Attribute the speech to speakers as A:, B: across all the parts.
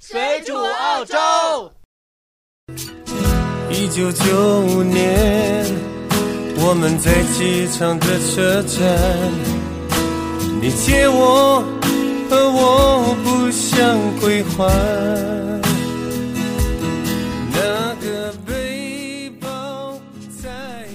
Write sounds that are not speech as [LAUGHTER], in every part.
A: 水煮澳洲。
B: 一九九五年，我们在机场的车站，你借我，而我不想归还。那个背包在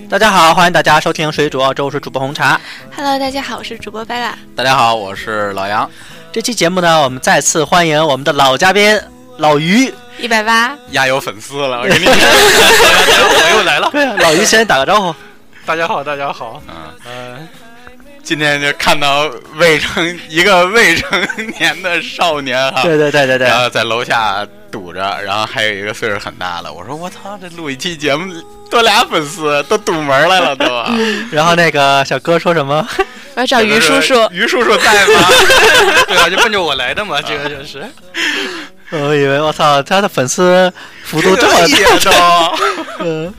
A: 大家好，欢迎大家收听水煮澳洲，我是主播红茶。
C: Hello，大家好，我是主播白拉。
D: 大家好，我是老杨。
A: 这期节目呢，我们再次欢迎我们的老嘉宾老
D: [LAUGHS]
A: 于。
C: 一百八，
D: 呀，有粉丝了，我跟你讲，我又来了。
A: 对啊，老于先打个招呼。
E: 大家好，大家好，
D: 嗯，
E: 呃，
D: 今天就看到未成一个未成年的少年啊，
A: 对对对对对
D: 然，后在楼下堵着，然后还有一个岁数很大的，我说我操，这录一期节目多俩粉丝都堵门来了
A: [LAUGHS]
D: 都啊。
A: 然后那个小哥说什么？
D: [LAUGHS]
C: 我要找于叔叔。，
D: 于叔叔在
A: [LAUGHS]
D: 吗？
E: 对啊，就奔着我来的嘛，这个就是。
A: 啊我以为我操，他的粉丝幅度这
D: 一
A: 么
D: 点都。
A: 大。嗯，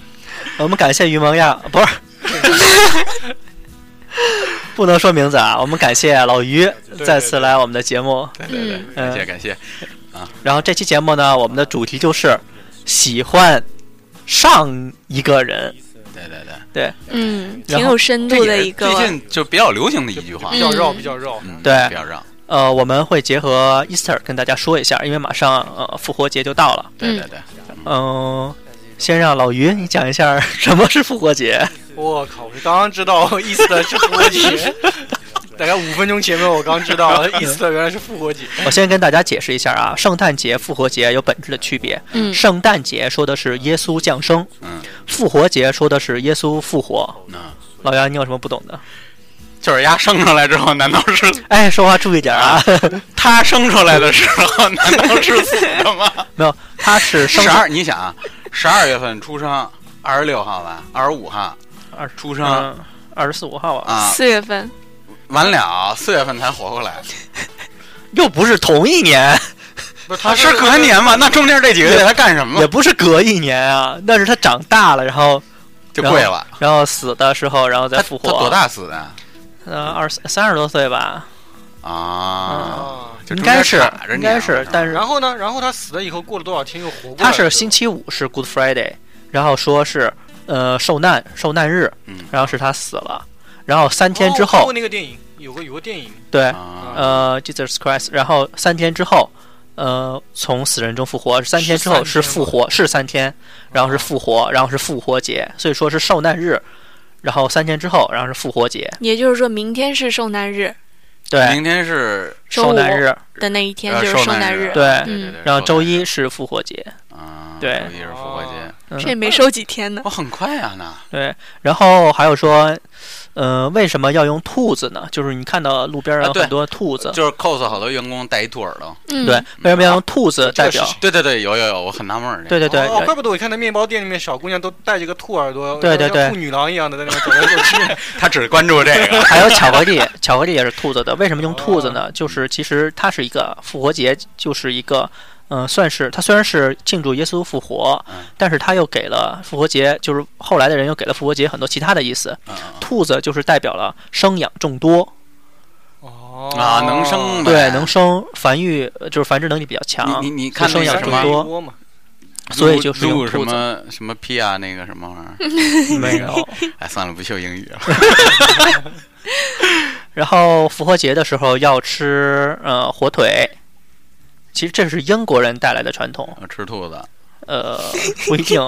A: 我们感谢于萌亚，不是，
D: [LAUGHS]
A: 不能说名字啊。我们感谢老于
E: 对
A: 再次来我们的节目。
D: 对对
A: 嗯
D: 对，感谢感谢。
A: 然后这期节目呢，我们的主题就是喜欢上一个人。
D: 对对对，
A: 对
C: 嗯，
A: 然
C: 挺
A: 后
C: 有深度的一个
D: 最。近就比较流行的一句话
E: 比，较绕，比较绕。
D: 嗯，
A: 对
D: 比较让。
A: 呃，我们会结合 Easter 跟大家说一下，因为马上呃复活节就到了。
D: 对对对，
A: 嗯、先让老于你讲一下什么是复活节。
E: 我靠，我刚刚知道意思的是复活节，大概五分钟前面我刚知道意思的原来是复活节。
A: [LAUGHS] 我先跟大家解释一下啊，圣诞节、复活节有本质的区别。
C: 嗯
A: 圣诞节说的是耶稣降生，
D: 嗯
A: 复活节说的是耶稣复活。
D: 嗯，
A: 老杨，你有什么不懂的？
D: 就是鸭生出来之后，难道是
A: 哎，说话注意点 [LAUGHS] 啊！
D: 他生出来的时 [LAUGHS] 候，难道是死的吗？
A: 没有，他是生
D: 十二，你想啊，十二月份出生，二十六号吧，二十五号
A: 二
D: 出生
A: 嗯二十四五号啊，
D: 啊，
C: 四月份，
D: 完了四月份才活过来，
A: 又不是同一年，
E: 不是，
D: 他是隔年嘛？那中间这几个月他干什么
A: 也
D: 了？
A: 不是隔一年啊，那是他长大了，然后
D: 就跪了。
A: 然后死的时候，然后再
D: 他
A: 复活。
D: 他多？大死的
A: 呃，二十三十多岁吧，
D: 啊？
E: 啊。
D: 就
A: 应
D: 中
A: 该
D: 间
A: 是
D: 卡着
A: 应
D: 你啊
A: 该是，但是
E: 然后呢？然后他死了以后过了多少天又活过来
A: 他
E: 了？
A: 是星期五是 Good Friday，然后说是呃受难受难日，
D: 嗯
A: 然后是他死了，然后三
E: 哦
A: 天之
E: 看过
A: 后，
E: 那个电影有个有个电影，
A: 对，
D: 啊，
A: 呃 Jesus Christ，然后三天之后，呃从死人中复活，三天之后是
E: 是三天
A: 复活，是三天，然后是复活，然后是复活节，所以说是受难日，然后三天之后，然后是复活节，
C: 也就是说明天是受难日
A: 对，
D: 明天是
C: 周
A: 受
C: 五
A: 难日，
C: 的那一天
D: 呃
C: 就是
D: 受
C: 难
D: 难日
A: 对，
C: 嗯
D: 对对对，
A: 然后周
D: 受难
A: 一
D: 日
A: 是复活节，
D: 啊，
A: 对
D: 周一是复活节
E: 哦，
A: 嗯
C: 这也没收几天呢。
D: 我很快啊，那
A: 对，然后还有说，呃，为什么要用兔子呢？就是你看到路边上
D: 啊
A: 有
D: 对
A: 很多兔子，
D: 就是 cos 好多员工戴一兔耳朵。
C: 嗯，
A: 对，为什么要用兔
E: 这
A: 子
E: 个
A: 代表
E: 是？
D: 对对对，有有有，我很纳闷儿。
A: 对对对，
E: 哦，怪不得我看那面包店里面小姑娘都戴着个兔耳朵，
A: 对对
E: 像
A: 对
E: 兔女郎一样的在那边走来走去。
D: 他只关注这个。
A: [LAUGHS] 还有巧克力，巧克力也是兔子的。为什么用兔子
D: 哦
A: 呢？就是其实它是一个复活节，就是一个，嗯、算是它虽然是庆祝耶稣复活
D: 嗯，
A: 但是它又给了复活节，就是后来的人又给了复活节很多其他的意思。
D: 嗯
A: 兔子就是代表了生养众多，
E: 哦
D: 啊能生呗
A: 对，能生繁育，呃就是繁殖能力比较强
D: 你，你你看
A: 生
D: 那
A: 养
D: 个
A: 这
E: 养
D: 什
A: 么多
D: 么，
E: 多嘛？
A: 所以就是用
D: 录什
A: 兔子。
D: 么什么 P 啊，那个什么玩
A: [LAUGHS]
D: 意儿。
A: 没有。
D: 哎，算了，不秀英语了。
A: 然后复活节的时候要吃呃火腿，其实这是英国人带来的传统，
D: 我吃
A: [LAUGHS]
D: 兔子，
A: 呃不一
D: [LAUGHS]
A: 定，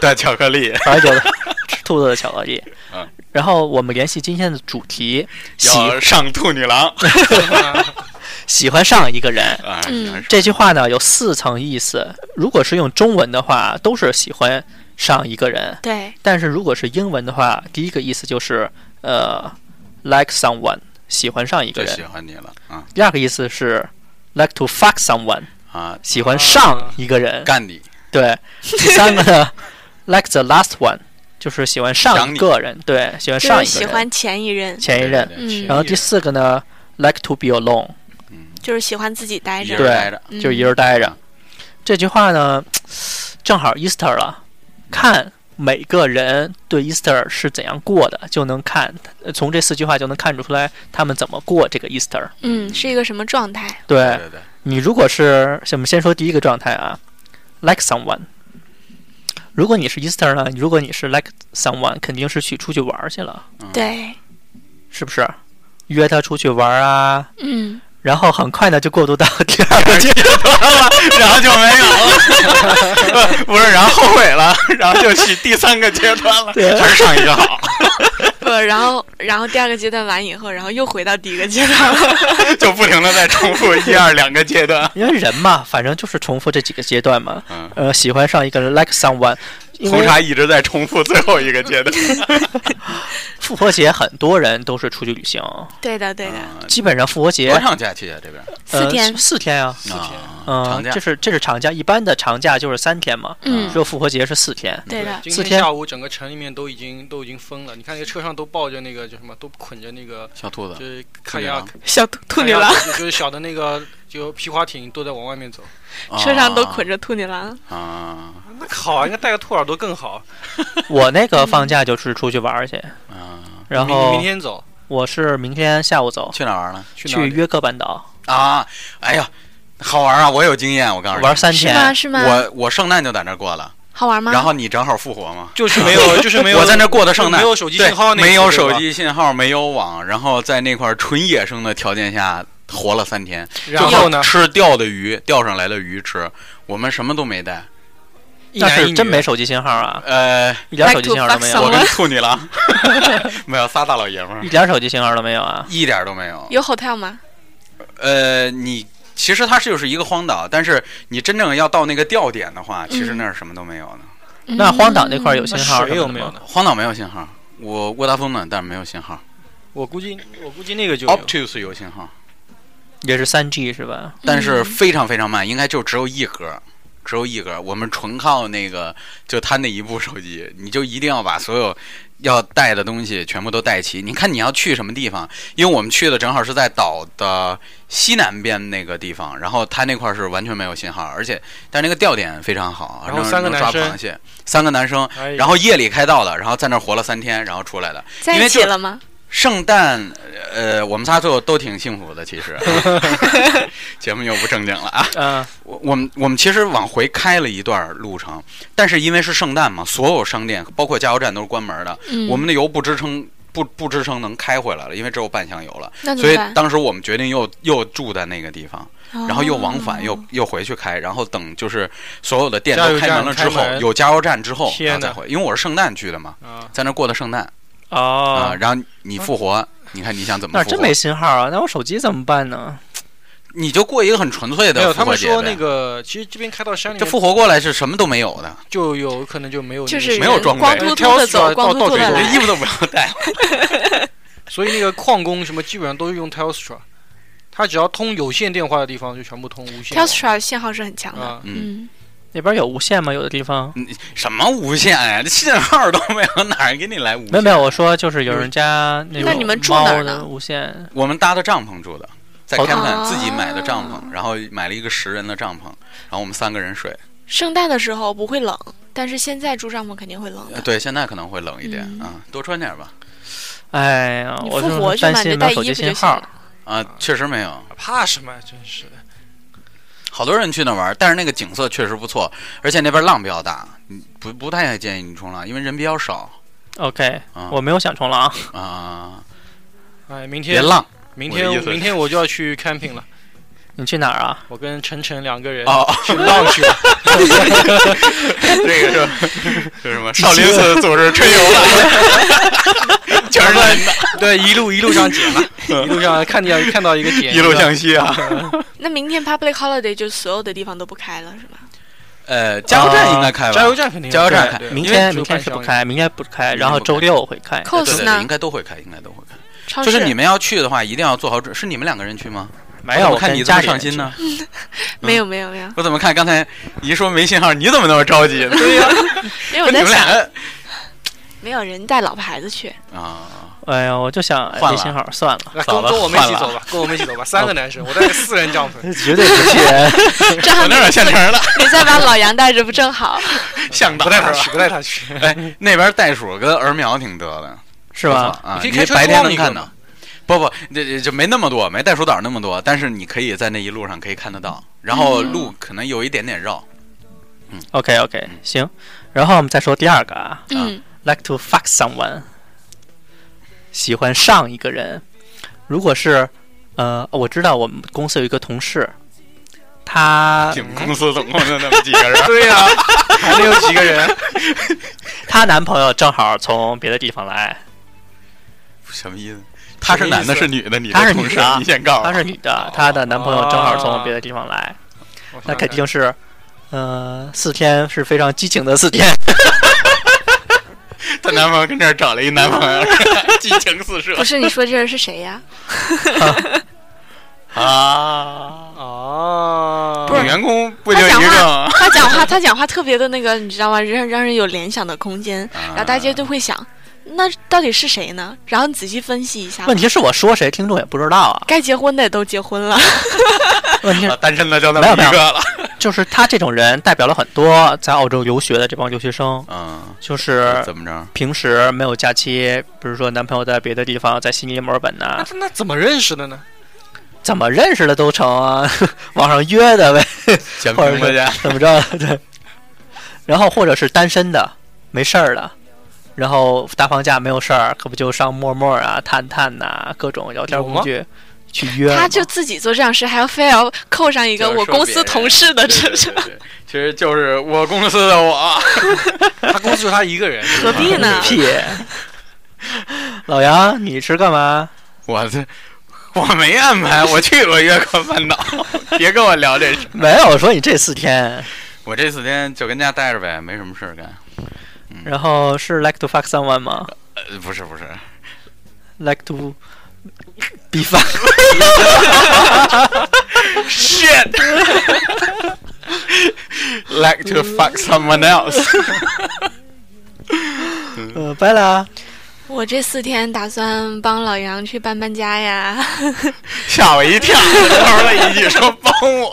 D: 带巧克力，
A: 反正觉得吃兔子的巧克力
D: 嗯。啊
A: 然后我们联系今天的主题，喜
D: [LAUGHS] 要上兔女
A: [LAUGHS]
D: 郎。
A: 喜欢上一个人
D: 啊，
C: 嗯
D: 原来是
A: 这句话呢有四层意思，如果是用中文的话，都是喜欢上一个人，
C: 对，
A: 但是如果是英文的话，第一个意思就是呃 like someone 喜欢上一个
D: 就
A: 人
D: 喜，欢你了啊
A: 第二个意思是 like to fuck someone。
D: 啊，
A: 喜欢上一个人。
D: 干你
A: 对，第三个呢 [LAUGHS] ，like the last one，就是喜欢上
D: 想
A: 一
D: 你
A: 个人，对，喜欢
C: 就
A: 上
C: 是
A: 一个
C: 喜
A: 人，
C: 欢前一任，
A: 前一任。
D: 对对对
C: 嗯
A: 然，后第四个呢，like to be alone，
C: 就是喜欢自己待
D: 嗯一
C: 着
D: 人。待着，
C: 嗯
A: 就一人待着。这句话呢，正好 Easter 了，看。每个人对 Easter 是怎样过的，就能看呃从这四句话就能看出来他们怎么过这个 Easter。
C: 嗯嗯，是一个什么状态？
A: 对，
D: 对对，
A: 你如果是，我们先说第一个状态啊，like someone。如果你是 Easter 呢，如果你是 like someone，肯定是去出去玩儿去了，
D: 嗯 [LAUGHS]
C: 对，
A: 是不是？约他出去玩儿啊，
C: 嗯，
A: 然后很快呢就过渡到第二
D: [LAUGHS]
A: 个阶段，
D: 然后就没有了， [LAUGHS] 不是，然后后悔了，然后就去第三个阶段了，
A: 对
D: 还是上一个好，
C: 不，呃然后然后第二个阶段完以后，然后又回到第一个阶段了。
D: [LAUGHS] 就不停的在重复一二两个阶段，
A: 因为人嘛，反正就是重复这几个阶段嘛。
D: 嗯，
A: 呃，喜欢上一个人 like someone，因
D: 红
A: 为
D: 茶一直在重复最后一个阶段，
A: 复活节很多人都是出去旅行，
E: 嗯
C: 对的，对
D: 呃
C: 的，
A: 基本上复活节
D: 嗯多长假期啊？这边
C: 四天
A: 呃、，四天啊，
D: 四天
A: 嗯、
D: 长假
A: 这是这是长假，一般的长假就是三天嘛，
C: 嗯
A: 只，有复活节是四天。
C: 对的，
E: [LAUGHS] 今
A: 四
E: 天
A: 天
E: 下午整个城里面都已经都已经封了，你看那个车上都抱着那个叫什么，都捆着那个
D: 小兔
E: 就
D: 子，
E: 是
D: 兔
E: 看
D: 啊女
E: 亚
D: 郎
C: 小兔兔
E: 看
C: 女
E: 亚
C: 郎，
E: 就就是小的那个就皮划艇都在往外面走。
C: 车上都捆着兔女郎。
D: 啊
E: 那好啊，应该带个兔耳朵更好。
A: 我那个放假就是出去玩儿去，
D: 啊，
A: 然
E: 嗯明
A: 后
E: 明天走
A: 我是明天下午走
D: 去哪玩了？
E: 去哪
A: 去
E: 里？
A: 约克半岛
D: 啊，哎呀，好玩啊！我有经验，我告诉你，
A: 玩三
C: 是
A: 天，
C: 吗？是吗？
D: 我我圣诞就在那儿过了，
C: 好玩吗？
D: 然后你正好复活嘛。
E: 就是没有，就是没有。
D: 我在那儿过的圣诞，
E: 没有手机信号
D: 对
E: 那次
D: 没有
E: 对吧
D: 手机信号，没有网，然后在那块儿纯野生的条件下活了三天。
E: 然后
D: [LAUGHS]
E: 呢？
D: 吃钓的鱼，钓上来的鱼吃，我们什么都没带。
E: 一
A: 但
E: 男一
A: 是
E: 女
A: 真没手机信号啊，
D: 呃，
A: 一点
C: Like
A: 手机信号都没
C: to fuck
A: 有
D: 我
C: someone，
D: 跟兔女郎没有仨大老爷们儿
A: 一，点手机信号都没有啊。
D: 一点都没有。
C: 有 hotel 吗？
D: 呃，你其实它是就是一个荒岛，但是你真正要到那个钓点的话，其实那儿什么都没有呢。
A: 那荒岛那块儿有
C: 嗯
A: 信
E: 那
A: 号什
E: 水有
A: 么的
E: 没有
A: 吗？
E: 呢？
D: 荒岛没有信号，我沃达丰呢，但是没有信号。
E: 我估计，我估计那个就有
D: Optus 有信号，
A: 也是三 G 是吧？
D: 但是
C: 嗯
D: 非常非常慢，应该就只有一格，只有一格。我们纯靠那个，就他那一部手机，你就一定要把所有要带的东西全部都带齐。你看你要去什么地方？因为我们去的正好是在岛的西南边那个地方，然后他那块儿是完全没有信号，而且但是那个钓点非常好，
E: 然后三个
D: 能
E: 男
D: 抓
E: 生
D: 螃蟹，三个男生，
E: 哎
D: 然后夜里开到的，然后在那儿活了三天，然后出来的。
C: 在
D: 因为
C: 一
D: 就
C: 起了吗？
D: 圣诞，呃，我们仨最后都挺幸福的，其实。 [LAUGHS] 节目又不正经了啊！
A: 嗯、
D: 我我们我们其实往回开了一段路程，但是因为是圣诞嘛，所有商店包括加油站都是关门的，
C: 嗯，
D: 我们的油不支撑。不不支撑能开回来了，因为只有半箱油了，
C: 那怎
D: 所
C: 么
D: 以
C: 办？哦
D: 当时我们决定又又住在那个地方，
C: 然
D: 然后又往返又又回去开，然后等就是所有的店
E: 加
D: 都
E: 油
D: 开
E: 站
D: 门了之
E: 开
D: 后，
E: 门
D: 有加油站之后，
E: 天
D: 然后再
E: 哪
D: 回，因为我是圣诞去的嘛，
E: 啊，
D: 在那儿过的圣诞啊、
A: 哦，
D: 然后你复活，你看你想怎么
A: 那
D: 复活？
A: 真没信号啊！那我手机怎么办呢？
D: 你就过一个很纯粹
E: 没有。
D: 的复
E: 他
D: 活
E: 们
D: 节
E: 说
D: 呗
E: 那个，其实这边开到山里
D: 这
E: 面
D: 复活过来是什么都没有的，
E: 就有可能就没有那
C: 就
E: 个
C: 是
E: 水
D: 没有
C: 人
D: 装备
C: 光秃秃的
E: 挑
C: 走，
E: 到
C: 光秃秃
E: 到
C: 的
E: 嘴
D: 连
C: 来
D: 衣。服都不要带。
E: 所以那个矿工什么基本上都是用 Telstra，它只要通有线电话的地方就全部通无线网。
C: Telstra 信号是很强的，
E: 啊，
D: 嗯，
C: 嗯，
A: 那边有无线吗？有的地方
D: 什么无线呀、这信号都没有，哪儿给你来无线？啊嗯
A: 没有没有，我，说就是有人家那
C: 那
A: 种
C: 你们住
A: 猫
C: 哪儿
A: 的
C: 呢
A: 无线，
D: 我们搭的帐篷住的，在
A: 好
D: 开普
C: 哦
D: 坦自己买的帐篷，然后买了一个十人的帐篷，然后我们三个人睡。
C: 圣诞的时候不会冷，但是现在住帐篷肯定会冷
D: 呃
C: 的。
D: 对，现在可能会冷一点
C: 嗯
D: 啊、多穿点吧。
A: 哎呀，
D: 嗯
C: 你
A: 我
C: 复活
A: 就
C: 去
A: 担
C: 嘛你
A: 心
C: 就
A: 没有
C: 带
A: 手
C: 衣
A: 机
C: 服就
A: 信
C: 行
A: 号
C: 了。。
D: 啊，确实没有，
E: 怕什么？真是的，
D: 好多人去那玩儿，但是那个景色确实不错，而且那边浪比较大，嗯不不太建议你冲浪，因为人比较少
A: OK，
D: 嗯
A: 我没有想冲浪，
D: 啊、
E: 哎，明
D: 别
E: 天
D: 浪
E: 明
D: 我的意
E: 天
D: 思是
E: 明天我就要去 camping 了，
A: 你去哪儿啊？
E: 我跟晨晨两个人
D: 哦。
E: 去浪
D: [LAUGHS]
E: 去了。
D: 这个是是什么？少林寺组织春游了， [LAUGHS] 全是男的，
E: 对，一路一路上捡
D: [LAUGHS]
E: 了，一路上看见看到一个点，
D: 一路向西啊。
C: 那明天 public holiday 就所有的地方都不开了，是吗？
D: 呃，加油站呃应该开吧？
E: 加油站肯定
D: 加油站
E: 开
D: 开，
A: 明
E: 因为
A: 天
E: 只
A: 明
E: 有
A: 天
E: 半
A: 是不
E: 箱
A: 开，明天不开，
D: 明天
A: 然后
D: 不
A: 周
D: 开
A: 六会开。
D: 对对
C: cos
D: 对，
C: 呢
D: 应？该都会开，应该都会开。
C: 超市
D: 就是你们要去的话，一定要做好准。是你们两个人去吗？
A: 没有，
D: 我看
A: 跟
D: 你这
A: 家
D: 么
A: 里人
D: 上心呢。
C: 没有没有没有，
D: 我怎么看刚才你一说没信号，你怎么那么着急呢？ [LAUGHS] 对呀，
C: 因为我
D: 你
C: 在
D: 们
C: 想
D: 两，个
C: 没有人带老婆孩子去，
D: 啊，
A: 去。哎呀，我就想哎
D: 换
A: 没
D: 了
A: 信号，算了，
E: 来
D: [LAUGHS] 早
E: 跟
D: 了
E: 跟我们一
D: 换
E: 起
D: 了
E: 走吧，跟我们一起走吧，三个男生，我带个四人帐篷，
A: [LAUGHS] 绝对不信。
C: 这样
D: [LAUGHS] 我那边啊现成 [LAUGHS] 的，
C: [LAUGHS] 你再把老杨带着不正
D: [LAUGHS]
C: 好？
D: 向导
E: 不带他去，不带他去。
D: 哎，那边袋鼠跟儿苗挺得的，
A: 是吧？
D: 啊，
E: 你可以
D: [LAUGHS] 你
E: 开车
D: 白天
E: 撞
D: 能
E: 一个
D: 看
E: 嘛，
D: 到。不不，这这这没那么多，没袋鼠岛那么多，但是你可以在那一路上可以看得到，然后路可能有一点点绕。
A: OK OK，行，然后我们再说第二个啊
C: 嗯，
A: ，like to fuck someone，喜欢上一个人。如果是，呃，我知道我们公司有一个同事，她
D: 你们公司总共就那么几个人
E: 对呀、 [LAUGHS] 还能有几个人？
A: 她男朋友正好从别的地方来，
D: [LAUGHS] 什么意思？他是男的，是女的？你
A: 他
D: 这
A: 是
D: 同
A: 女
D: 事啊
A: 的，
D: 你先告诉
A: 她
D: 我。
A: 是女的，她的男朋友正好从别的地方来，那肯定是，呃，四天是非常激情的四天。
D: 她男朋友跟这儿找了一男朋 [LAUGHS] 友，激情四射
C: 不是你说这人是谁呀？
D: [LAUGHS] 啊！
E: 啊，
D: 女员工不就
C: 他
D: 一
C: 讲
D: 个
C: 话
D: [LAUGHS] 吗？，
C: 他讲话，他讲话特别的那个，你知道吗？让让人有联想的空间，然后大
D: 啊
C: 家都会想，那到底是谁呢？然后你仔细分析一下，
A: 问题是我说谁，听众也不知道啊。
C: 该结婚的也都结婚了，
A: 问题是
D: 啊单身的就那
A: 没有
D: 么一
A: 没有
D: 个了。
A: 就是他这种人代表了很多在澳洲留学的这帮留学生，
D: 嗯，
A: 就是
D: 怎么着？
A: 平时没有假期，比如说男朋友在别的地方，在悉尼、墨尔本呐、
C: 啊
E: 那那怎么认识的呢？
A: 怎么认识的都成啊， [LAUGHS] 网上约的呗， [LAUGHS]
D: 先
A: 或者
D: 评
A: 是
D: 论去。
A: 怎么着？ [LAUGHS] 对。然后或者是单身的，没事儿的，然后大放假没有事儿，可不就上陌陌啊、探探呐、各种聊天工具去约了吗。
C: 他就自己做这样事，还要非要扣上一个
D: 就是
C: 我
D: 说
C: 公
D: 别
C: 司
D: 人
C: 同事的
D: 对
C: 这
D: 对
C: 这
D: 对对其实就是我公司的我，
E: 他公司就他一个人，
D: [LAUGHS]
C: 何必呢？
A: [LAUGHS] 屁！老杨，你是干嘛？
D: 我这我没安排，我去过约克半岛， [LAUGHS] 别跟我聊这事。
A: 没有说你这四天，
D: 我这四天就跟家待着呗，没什么事儿干。
A: 然后是 like to fuck someone 吗
D: 呃，不是不是，
A: ？like to be fuck
D: 是 [LAUGHS] like to fuck someone else。 [LAUGHS]
A: 呃，拜了啊。
C: 我这四天打算帮老杨去搬搬家呀， [LAUGHS]
D: 吓我一跳，后了一句说帮我。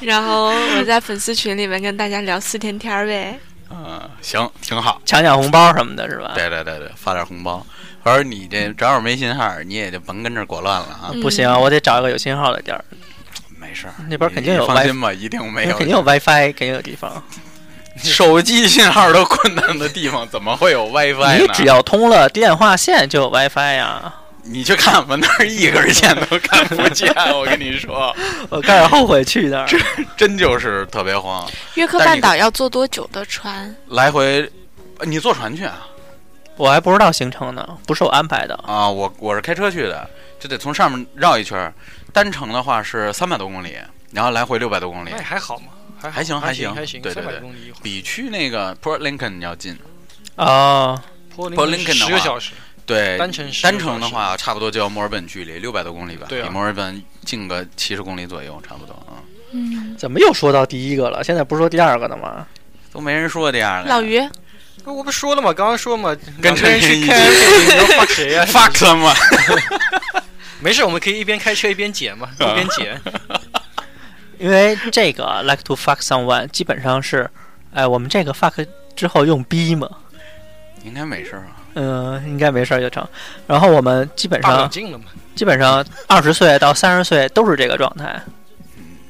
C: 然后我在粉丝群里面跟大家聊四天天儿呗。
D: 嗯，行，挺好。
A: 抢抢红包什么的，是吧？
D: 对对对对，发点红包。我说你这正好没信号，你也就甭跟这儿裹乱了啊。
C: 嗯
A: 不行，我得找一个有信号的地儿，
D: 没嗯事儿，
A: 那边肯定
D: 你
A: 有
D: 你放
A: WiFi
D: 心吧，一定没有，
A: 肯 [LAUGHS] 定有 WiFi，肯定有地方。
D: 手机信号都困难的地方，怎么会有 WiFi
A: 你
D: 呢？
A: 只要通了电话线就有 WiFi [LAUGHS] 呀。
D: 你去看吧，那儿一根线都看不见。我跟你说，
A: 我开始后悔去那儿。
D: [LAUGHS] 真就是特别慌，
C: 约克
D: 但是
C: 半
D: 你
C: 岛要坐多久的船？
D: 来回。呃你坐船去啊？
A: 我还不知道行程呢，不是我安排的。
D: 啊，我我是开车去的，就得从上面绕一圈儿。单程的话是三百多公里，然后来回六百多公里
E: 那也，还好嘛，还
D: 还行
E: 还
D: 还行
E: 还行，
D: 对对
E: 三百
D: 对
E: 公里一会儿
D: 比去那个 Port Lincoln 要近。
A: 哦，
E: ，Portland
D: Portland 的话
E: 十个小时，
D: 对，
E: 单程十个
D: 哎单程的
E: 小时
D: 话，差不多就要墨尔本距离六百多公里吧，
E: 对啊
D: 比墨尔本近个七十公里左右，差不多啊、嗯
C: 嗯，
A: 怎么又说到第一个了？现在不是说第二个呢吗？
D: 都没人说这样的。
C: 老
D: [LAUGHS]
C: 于，
E: 那我不说了嘛，刚刚说嘛，两
D: 跟
E: 个人
D: 陈
E: 去
D: 晨
E: 开，
D: 一
E: 你要 fuck 谁呀
D: fuck someone，
E: [LAUGHS] 没事，我们可以一边开车一边剪嘛，
D: 啊
E: 一边剪。
A: 因为这个 like to fuck someone 基本上是，哎，我们这个 fuck 之后用 be 嘛，
D: 应该没事儿啊吧？
A: 嗯、应该没事儿就成。然后我们基本
E: 大冷
A: 上
E: 静了嘛？
A: 基本上二十岁到三十岁都是这个状态，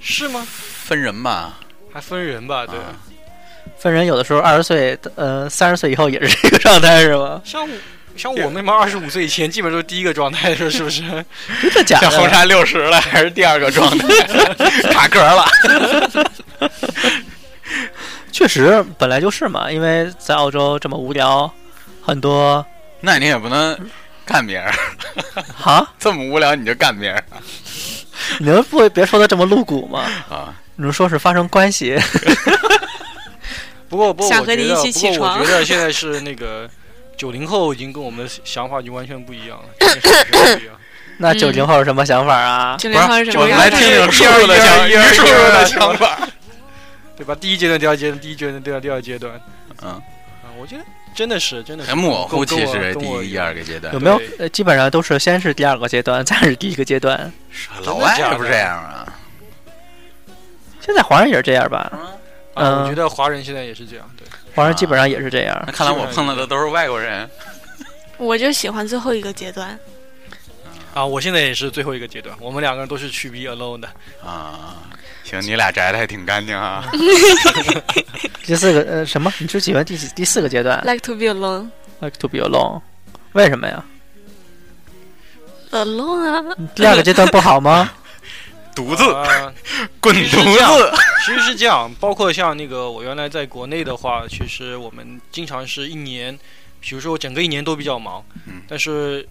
E: 是吗？
D: 分人吧，
E: 还分人吧？对，
D: 啊
A: 分人有的时候二十岁，呃，三十岁以后也是这个状态是 [LAUGHS] 吗？
E: 像我像我们嘛，二十五岁以前基本都是第一个状态，说是不是？
A: 真的假
D: 像红
A: 的？
D: 山六十了，还是第二个状态，卡壳了。
A: 确实本来就是嘛，因为在澳洲这么无聊，很 [LAUGHS] 多
D: 那你也不能干别人，
A: 哈，
D: 这么无聊你就干别人
A: 你们不别说的这么露骨嘛，
D: 啊？
A: 你们说是发生关 [LAUGHS] 系，
E: 不过不过，
C: 想
E: 我
C: 和
E: 觉
C: 你
E: 得
C: 一起起
E: 不过我
C: 床
E: 觉得现在是
C: [LAUGHS]
E: 那个九零后已经跟我们的想法已经完全不一样了，现在是完全不一样
A: 那
C: 嗯
A: 九零后是什么想法啊？
C: 九
D: 不
C: 零后是什
D: 是，我
C: 么
D: 们
C: 样
D: 来
C: 的
D: 听
C: 人？
D: 听叔叔的想，于叔叔的想法。
E: 对吧？第一阶段、第二阶段、第一阶段、第二第二阶段，
D: 嗯，哎
E: 啊，我觉得真的是真的是
D: 很模糊，
E: 跟
D: 其
E: 我
D: 实
E: 跟
D: 第
E: 我
D: 一、第二个阶段
A: 有，没有
E: 对？
A: 呃基本上都是先是第二个阶段，再是第一个阶段。
D: 老
E: 真的
D: 外
E: 假
D: 也不
E: 的
D: 这样啊？
A: 现在华人也是这样吧？
E: 啊，我
A: 嗯
E: 觉得华人现在也是这样，对，
A: 华人基本上也是这样。
D: 那看来我碰到的都是外国人。
C: 我就喜欢最后一个阶段，
E: 啊，我现在也是最后一个阶段，我们两个人都是去 be alone 的。
D: 啊，行，你俩宅的还挺干净啊。
A: 第四个呃什么？你是喜欢第几第四个阶段
C: Like to be alone。
A: ？Like to be alone，为什么呀？
C: alone 啊，
A: 第二个阶段不好吗？
D: 独自
E: 啊
D: 滚
E: 其实
D: 犊
E: 这样
D: 子，
E: 其实是这样，包括像那个我原来在国内的话，其实我们经常是一年，比如说我整个一年都比较忙，
D: 嗯
E: 但是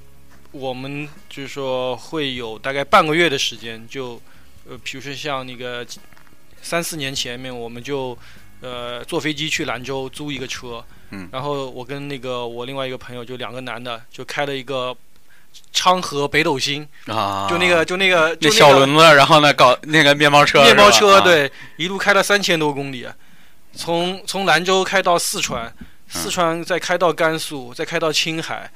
E: 我们就是说会有大概半个月的时间就，呃，比如说像那个三四年前面，我们就呃坐飞机去兰州租一个车，
D: 嗯
E: 然后我跟那个我另外一个朋友就两个男的就开了一个昌河北斗星，
D: 啊，
E: 就那个就那个就那
D: 那
E: 个
D: 小轮子，然后呢搞那个面包车，
E: 面包
D: 是吧
E: 车，，
D: 啊
E: 对，一路开了三千多公里，啊从从兰州开到四川，
D: 嗯
E: 四川再开到甘肃，再开到青海，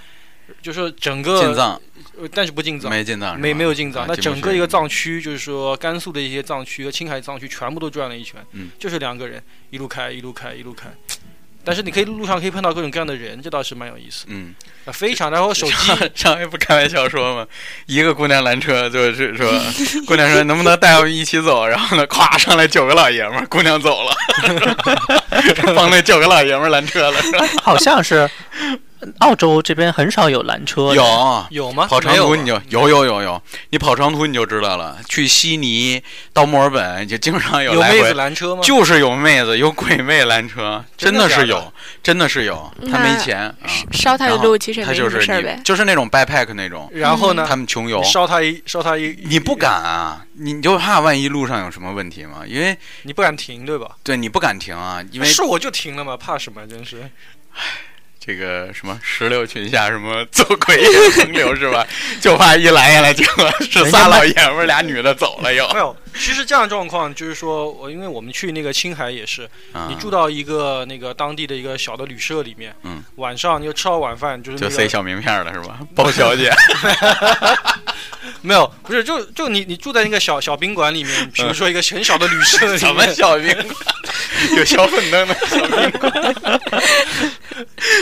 E: 就是整
D: 进
E: 个，
D: 藏
E: 呃但是不进藏，
D: 没进藏是吧，
E: 没没有进藏
D: 啊，
E: 那
D: 进不
E: 整个
D: 去
E: 一个藏区，就是说甘肃的一些藏区和青海藏区全部都转了一圈，
D: 嗯
E: 就是两个人一路开一路开一路开。但是你可以路上可以碰到各种各样的人，这倒是蛮有意思的
D: 嗯，
E: 啊，非常。然后
D: [LAUGHS]
E: 手机
D: 上上回不开玩笑说嘛，一个姑娘拦车，就是说姑娘说能不能带我们一起走，然后呢，咵上来九个老爷们儿，姑娘走了， [LAUGHS] 帮那九个老爷们儿拦车了，是吧
A: 好
C: [LAUGHS]
A: 像是澳洲这边很少有缆车的，
D: 有。
E: 有吗？
D: 跑长
E: 没有啊
D: 途
E: 吧
D: 你就有有有有，你跑长途你就知道了。去悉尼到墨尔本就经常
E: 有
D: 来
E: 妹子
D: 回，
E: 拦车吗？
D: 就是有妹子有鬼魅拦车，
E: 真
D: 真
E: 的
D: 的
E: 假的
D: 是有，真的是有。他
C: 嗯那
D: 没钱，啊
C: 烧他一
D: 然后
C: 路其实也
D: 他
C: 没什
D: 就
C: 么
D: 是
C: 事儿
D: 你
C: 呗。
D: 就是那种 backpack 那种，
E: 然后呢？
D: 他们穷游
E: 你。烧他一烧他一，
D: 你不敢啊，你你就怕万一路上有什么问题嘛？因为
E: 你不敢停，对吧？
D: 对你不敢停啊，因为
E: 是我就停了嘛，怕什么？真是
D: 这个什么石榴裙下什么做鬼也风流是吧？ [LAUGHS] 就怕一拦下来就是仨老爷们儿俩女的走 [LAUGHS] 了又。
E: 没有。其实这样的状况就是说，我因为我们去那个青海也是，你住
D: 到
E: 到一个那个当地的一个小的旅社里面，
D: 嗯，
E: 晚上你就吃好晚饭，就是、那
D: 就
E: 个、
D: 塞小名片了是吧？包小姐，
E: 没有，不是就就你你住在那个小小宾馆里
D: [LAUGHS]
E: 面，比如说一个很小的旅社里面，
D: [LAUGHS] 什么小名？ [LAUGHS] 有小粉灯的小名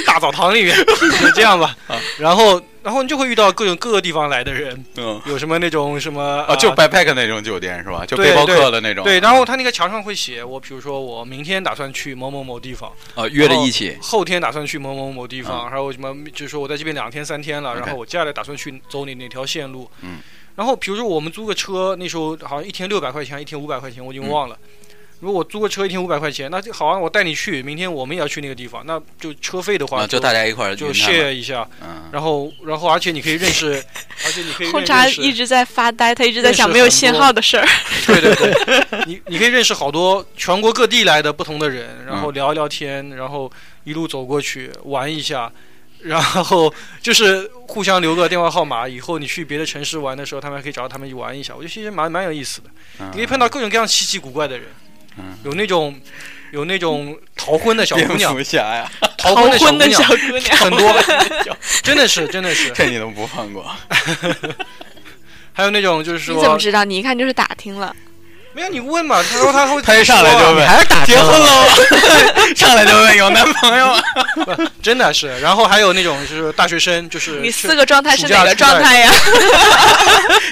E: 大澡堂里
D: [LAUGHS]
E: 面，就这样吧。
D: 啊
E: 然后然后你就会遇到各种各个地方来的人，
D: [LAUGHS] 嗯，
E: 有什么那种什么
D: 啊，就
E: 呃
D: backpack 那种酒店是吧？就
E: 对
D: 背包
E: 对
D: 客的那种。啊
E: 对，然后他那个墙上会写我，比如说我明天打算去某某某地方。
D: 哦，约着一起。
E: 后天打算去某某某地方，还有什么就是说我在这边两天三天了，
D: 嗯 OK
E: 然后我接下来打算去走哪哪条线路。
D: 嗯。
E: 然后比如说我们租个车，那时候好像一天六百块钱，一天五百块钱，我已经忘了。
D: 嗯
E: 如果我租个车一天五百块钱，那就好啊，我带你去，明天我们也要去那个地方，那就车费的话
D: 啊，就大家一块儿
E: 就
D: 晕他们
E: share 一下，
D: 嗯，
E: 然后然后而且你可以认
D: [LAUGHS]
E: 识，而且你可以
C: 红茶
E: 认识
C: 一直在发呆，他一直在
E: 认识
C: 想没有
E: 很
C: 信
E: 多
C: 号的事儿。
E: 对对对， [LAUGHS] 你你可以认识好多全国各地来的不同的人，然
D: 嗯
E: 后聊一聊天，然后一路走过去玩一下，然后就是互相留个电话号码，以后你去别的城市玩的时候，他们还可以找到他们去玩一下。我觉得其实蛮蛮有意思的，
D: [LAUGHS] 嗯
E: 你可以碰到各种各样稀奇古怪的人
D: 嗯，
E: 有那种有那种逃婚的小姑
D: 蝙
E: 娘
D: 蝠，侠呀，
E: 逃
C: 逃
E: 婚
C: 婚的
E: 小
C: 小
E: 姑娘
C: 姑娘，
E: 很多， [LAUGHS] 真的是真的
D: [LAUGHS]
E: 是，
D: 这你都不放过。
E: 还有那种就是
C: 你怎么
E: 说，
C: 知道？你一看就是打听了。
E: 没有你问嘛，他说他
D: [LAUGHS]
E: 啊会
D: 他一上来就
E: 问。
A: 你
D: 问
A: 还是打车
D: 结婚了吗？上来就问有男朋友吗？
E: 真的是，然后还有那种就是大学生，就是
C: 你
E: 去
C: 四个状态是哪个
E: 暑假
C: 状态呀？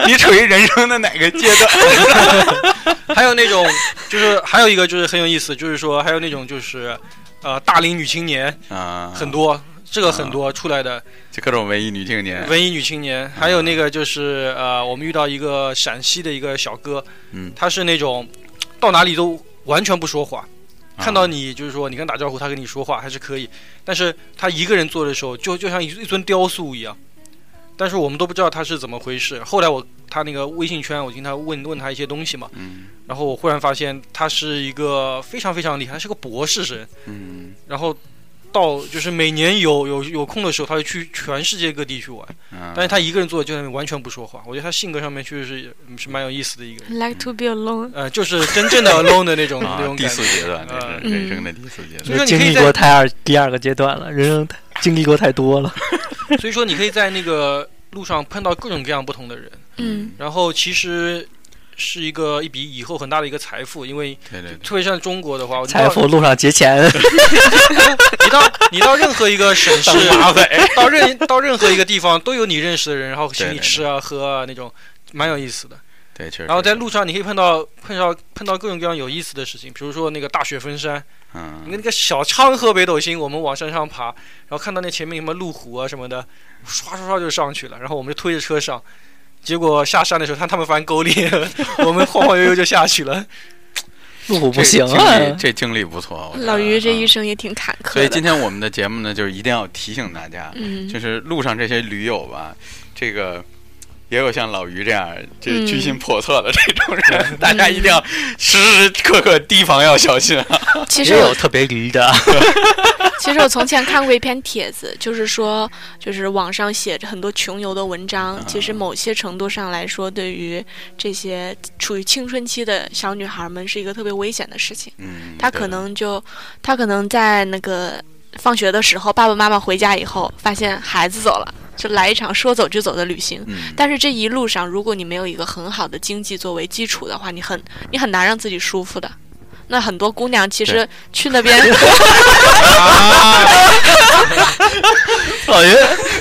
D: 你处于人生的哪个阶段？
E: [LAUGHS] 还有那种就是还有一个就是很有意思，就是说还有那种就是呃大龄女青年
D: [LAUGHS] 啊，
E: 很多。这个很多出来的
D: 就各种文艺女青年，
E: 文艺女青
D: 嗯
E: 年，还有那个就是呃，我们遇到一个陕西的一个小哥，
D: 嗯
E: 他是那种到哪里都完全不说话，
D: 啊
E: 看到你就是说你跟他打招呼，他跟你说话还是可以，但是他一个人坐的时候，就就像一一尊雕塑一样。但是我们都不知道他是怎么回事。后来我他那个微信圈，我听他问问他一些东西嘛，
D: 嗯
E: 然后我忽然发现他是一个非常非常厉害，他是个博士生。
D: 嗯
E: 然后到就是每年有有有空的时候，他就去全世界各地去玩。
D: 嗯，
E: 但是他一个人坐在就在那边完全不说话。我觉得他性格上面确实是是蛮有意思的一个人，
C: Like to be alone。
E: 呃，就是真正的 alone 的
D: [LAUGHS]
E: 那种
D: 啊
E: 那种
D: 第
E: 感
D: 四
E: 觉。
D: 阶段，这
E: 嗯
D: 是人生的第四阶
E: 所
D: 段
E: 以。说你
A: 经
E: 可以
A: 历
E: 在
A: 过太二第二个阶段了，人生经历过太多
E: [LAUGHS]
A: 了。
E: 所以说你可以在那个路上碰到各种各样不同的人。
C: 嗯，
E: 然后其实是一个一笔以后很大的一个财富，因为
D: 对对对，
E: 特别像中国的话，我
A: 财富路上劫钱，
E: [LAUGHS] 你到你到任何一个省市，
D: 马尾，
E: [LAUGHS] 到任到任何一个地方都有你认识的人，然后请
D: 对
E: 你
D: 对
E: 吃啊喝啊那种，蛮有意思的。
D: 对，确实。
E: 然后在路上你可以碰到碰到碰到各种各样有意思的事情，比如说那个大雪封山，你看
D: 嗯，
E: 那个小昌河北斗星，我们往山上爬，然后看到那前面什么路虎啊什么的，唰唰唰就上去了，然后我们就推着车上，结果下山的时候，他他们翻沟里， [LAUGHS] 我们晃晃悠悠就下去了。
A: 路虎
D: 这
A: 不行
D: 经
A: 啊
D: 历。这经历不错，我觉得
C: 老于这一。
D: 嗯
C: 生也挺坎坷
D: 所以
C: 的。
D: 今天我们的节目呢，就是一定要提醒大家，
C: 嗯，
D: 就是路上这些驴友吧，这个也有像老于这样这
C: 嗯
D: 居心叵测的这种人， [LAUGHS] 大家一定要时时刻刻提防，要小心啊！
C: 其实
A: 也有
C: 我
A: 特别驴的，
C: 其实我从前看过一篇帖子，就是说，就是网上写着很多穷游的文
D: 嗯
C: 章。其实某些程度上来说，对于这些处于青春期的小女孩们，是一个特别危险的事情。
D: 嗯，
C: 她可能就，她可能在那个放学的时候，爸爸妈妈回家以后，发现孩子走了，就来一场说走就走的旅行。[LAUGHS]
D: 嗯，
C: 但是这一路上，如果你没有一个很好的经济作为基础的话，你很你很难让自己舒服的。那很多姑娘其实去那边，
D: 啊
C: [LAUGHS]
A: 老
E: [LAUGHS]
A: 于，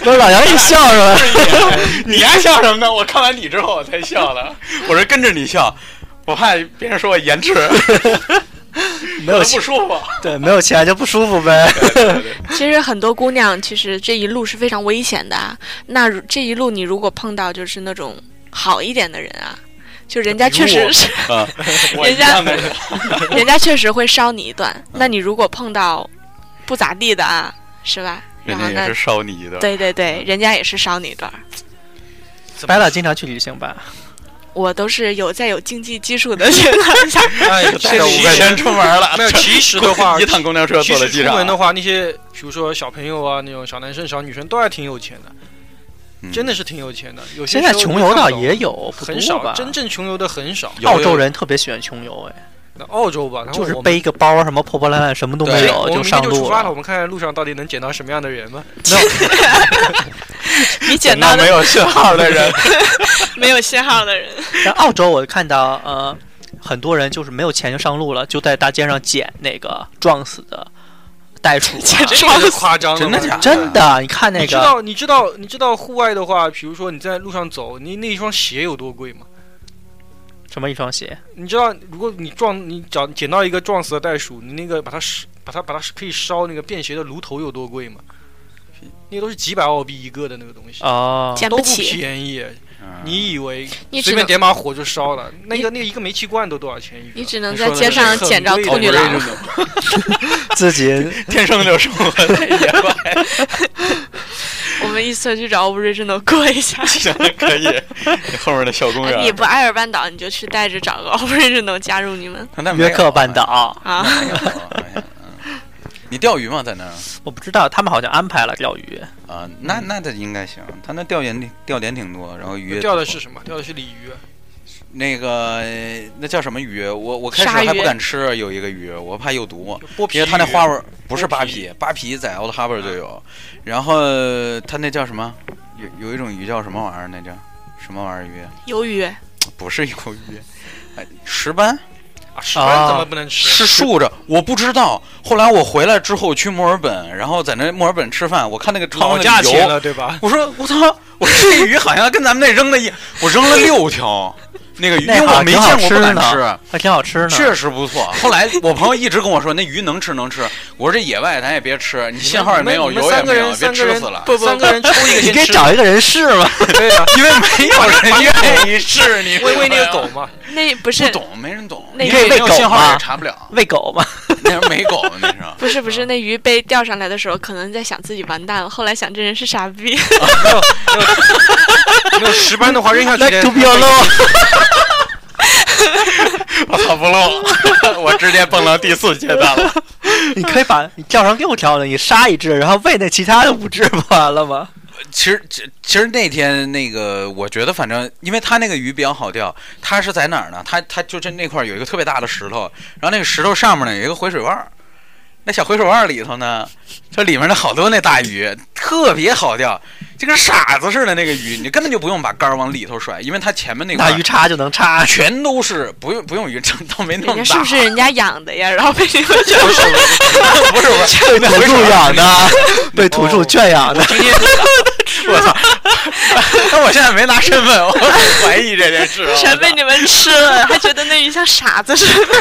A: 不是老杨一笑是吧？
D: 你还笑什么呢？我看完你之后我才笑的，我是跟着你笑，我怕别人说我延迟，
C: [LAUGHS]
A: 没有
D: 不
A: 钱，
D: 舒服。
A: 对，没有钱就不舒服
E: [LAUGHS]
A: 呗。
C: 其实很多姑娘其实这一路是非常危险的啊。那如这一路你如果碰到就是那种好一点的人啊，就人家确实是，
D: 啊，我
C: 人
D: 一
C: 家
D: 样的，
C: 人家确实会捎你一段。那你如果碰到不咋地的啊，是吧？然
D: [LAUGHS] 人
C: 后
D: 家也
C: 那
D: 是烧泥的。
C: 对对对，人家也是捎你一段。
A: 白老经常去旅行吧？
C: 我都是有在有经济基础的 [LAUGHS] 情况下，
E: 哎，
D: 带着五块钱出门了，，
E: 没有，其实的话
D: [LAUGHS] 一趟公交车
E: 其
D: 坐到
E: 实
D: 机
E: 出
D: 场
E: 门的话，那些比如说小朋友啊，那种小男生、小女生都还挺有钱的，
D: 嗯
E: 真的是挺有钱的。有些
A: 现在
E: 时候
A: 穷
E: 你
A: 游
E: 看
A: 倒
E: 到
A: 也有，不
E: 很
A: 多
E: 少，
A: 吧？
E: 真正穷游的很少。
D: 有
A: 澳洲人特别喜欢穷游，哎，
E: 那澳洲吧，然后
A: 就是
E: 我们
A: 背一个包，什么破破烂烂，什么都没
D: 对
A: 有
E: 我们明
A: 上
E: 天就出
A: 路
E: 发了，我。们看看路上到底能捡到什么样的人吧。
C: 你捡到
D: 那
C: 的
D: 没有信号的人，
C: 没有信号的人。
A: 但澳洲我看到，呃，很多人就是没有钱就上路了，就在大街上捡那个撞死的袋鼠啊，
E: 这个就夸张了吧，
D: 真的假
A: 真的，你看那
E: 你知
A: 个，
E: 道你知道你知道户外的话，比如说你在路上走，你那一双鞋有多贵吗？
A: 什么一双鞋，
E: 你知道，如果你撞你找捡到一个撞死的袋鼠，你那个把它烧，把它把它可以烧那个便携的炉头有多贵吗？那都是几百澳币一个的那个东西，
A: 哦，
C: 捡
E: 都
C: 不
E: 不
C: 起，
E: 便宜。 [LAUGHS]
D: 嗯
E: 你以为
C: 你只
E: 随便
C: 能
E: 点把火就烧了？那个那个一个煤气罐都多少钱一
C: 你
E: 个？
C: 只能在街上捡着兔女郎。
A: 自己
D: 嗯天生就生活
E: [LAUGHS]
D: 在野外，
C: 我们一起去找 original 过一下。 [LAUGHS]
D: 行，可以。后面的小公
E: 啊
C: 哎你
D: 园，
C: 不爱尔半岛，你就去带着找个 [LAUGHS] original 加入你们
D: 那没有
A: 约克半，岛，
C: 啊！
D: 没有没有 [LAUGHS] 嗯你钓鱼吗？在那儿
A: 我不知道他们好像安排了钓鱼，
D: 啊？那那这应该行，他那钓点钓点挺多，然后鱼也
E: 钓的
D: 不错
E: 是什么？钓的是鲤鱼。
D: 那个呃那叫什么鱼？我我开始
C: 鲨鱼
D: 还不敢吃，有一个鱼，我怕有毒，
E: 剥
D: 因
E: 皮
D: 为
E: 鱼，
D: 它那花味儿不是扒
E: 剥 [LAUGHS] 皮
D: 皮，扒皮在 Old Harbor 就有，
E: 啊
D: 然后它那叫什么？有有一种鱼叫什么玩意儿？那叫什么玩意儿鱼？
C: 鱿鱼，
D: 不是鱿鱼，哎，石斑
E: 啊石斑怎么不能吃？
D: 是竖着，我不知道。后来我回来之后去墨尔本，然后在那墨尔本吃饭，我看那个窗
E: 老
D: 户
E: 价
D: 那里
E: 钱
D: 游，
E: 了，对吧？
D: 我说我操，我说这鱼好像跟咱们那扔的一，我扔了六条，那个鱼，因
A: 那
D: 为我
A: 好
D: 没
A: 挺好
D: 见过
A: 吃
D: 不敢
A: 呢
D: 吃。
A: 还挺好吃呢。
D: [LAUGHS] 确实不错。后来我朋友一直跟我说，那鱼能吃能吃。我说这野外咱也别吃，你信号也没有，
E: 你们
D: 油也
E: 三个
D: 没有，
E: 人
D: 别
E: 三个
D: 吃
E: 人
D: 死了。
E: 不不，三个人抽一个
A: 你
E: 先
A: 可以
E: 吃。
A: 找一个人试嘛，
E: 对
D: [LAUGHS]
E: 呀，
D: 因为没有人愿意试你。
E: [LAUGHS] 喂喂那个狗嘛，
C: [LAUGHS] 那不
D: 不
C: 是
D: 懂，没人懂。
C: 那
D: 因
C: 个
D: 为没有
A: 喂狗
D: 信号
A: 吗
D: 也查不了，
A: 喂狗嘛。
D: 那时候没狗，那时候。
C: 不是不是，那鱼被钓上来的时候，可能在想自己完蛋了，后来想这人是傻逼，
E: 没有石斑的话扔下去
A: Like
E: 连
A: to be alone，
D: 我操，不漏，我直接蹦到第四阶段了。
A: 你可以把你钓上六条呢，你杀一只，然后喂那其他的五只，不完了吗？
D: [LAUGHS] 其实，其其实那天那个，我觉得反正，因为他那个鱼比较好钓，他是在哪儿呢？他他就这那块儿有一个特别大的石头，然后那个石头上面呢有一个回水腕儿，那小回手腕里头呢，这里面的好多那大鱼特别好钓，就跟傻子似的那个鱼，你根本就不用把杆儿往里头甩，因为它前面那块
A: 拿
D: 儿
A: 鱼叉就能叉。 [LAUGHS]
D: 全都是不用不用鱼， [LAUGHS] 这倒没那
C: 人
D: 么
C: 家是
D: 大，
C: 不是人家养的呀？然后被人家就
D: 不是不是不是，
A: 被土著养的，被土著圈养的。
E: 今天
D: [LAUGHS] 我操！那我现在没拿身份，我很怀疑这件事啊。
C: 全被你们吃了，还觉得那鱼像傻子似的。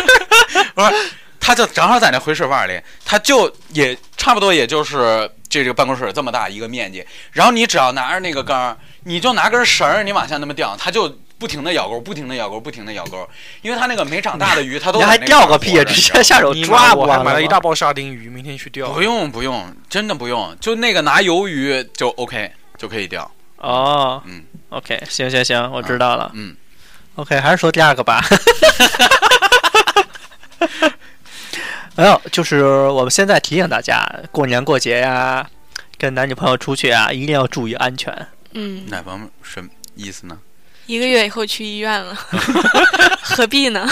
D: 不是，他就正好在那回水腕里，他就也差不多，也就是这个办公室这么大一个面积。然后你只要拿着那个杆儿，你就拿根绳儿，你往下那么吊，它就不停的咬钩，不停的咬钩，不停的咬钩。因为它那个没长大的鱼，它
E: 哦
D: 都
A: 你
D: 在
A: 还
D: 那
A: 钓个
D: 个
A: 屁呀！啊直接下手
E: 你
A: 抓
E: 妈
A: 不
E: 我
A: 完了
E: 还买了一
A: 吗
E: 大包沙丁鱼，明天去钓
D: 不。用不用，真的不用，就那个拿鱿鱼就 OK 就可以钓。
A: 哦，
D: 嗯
A: ，OK，行行行，我知道了。
D: 嗯
A: OK，还是说第二个吧。 [LAUGHS] 没有，哎就是我们现在提醒大家，过年过节呀、跟男女朋友出去啊，一定要注意安全。
C: 嗯，
D: 哪方面什么意思呢？ [LAUGHS]
C: 一个月以后去医院了，何必呢？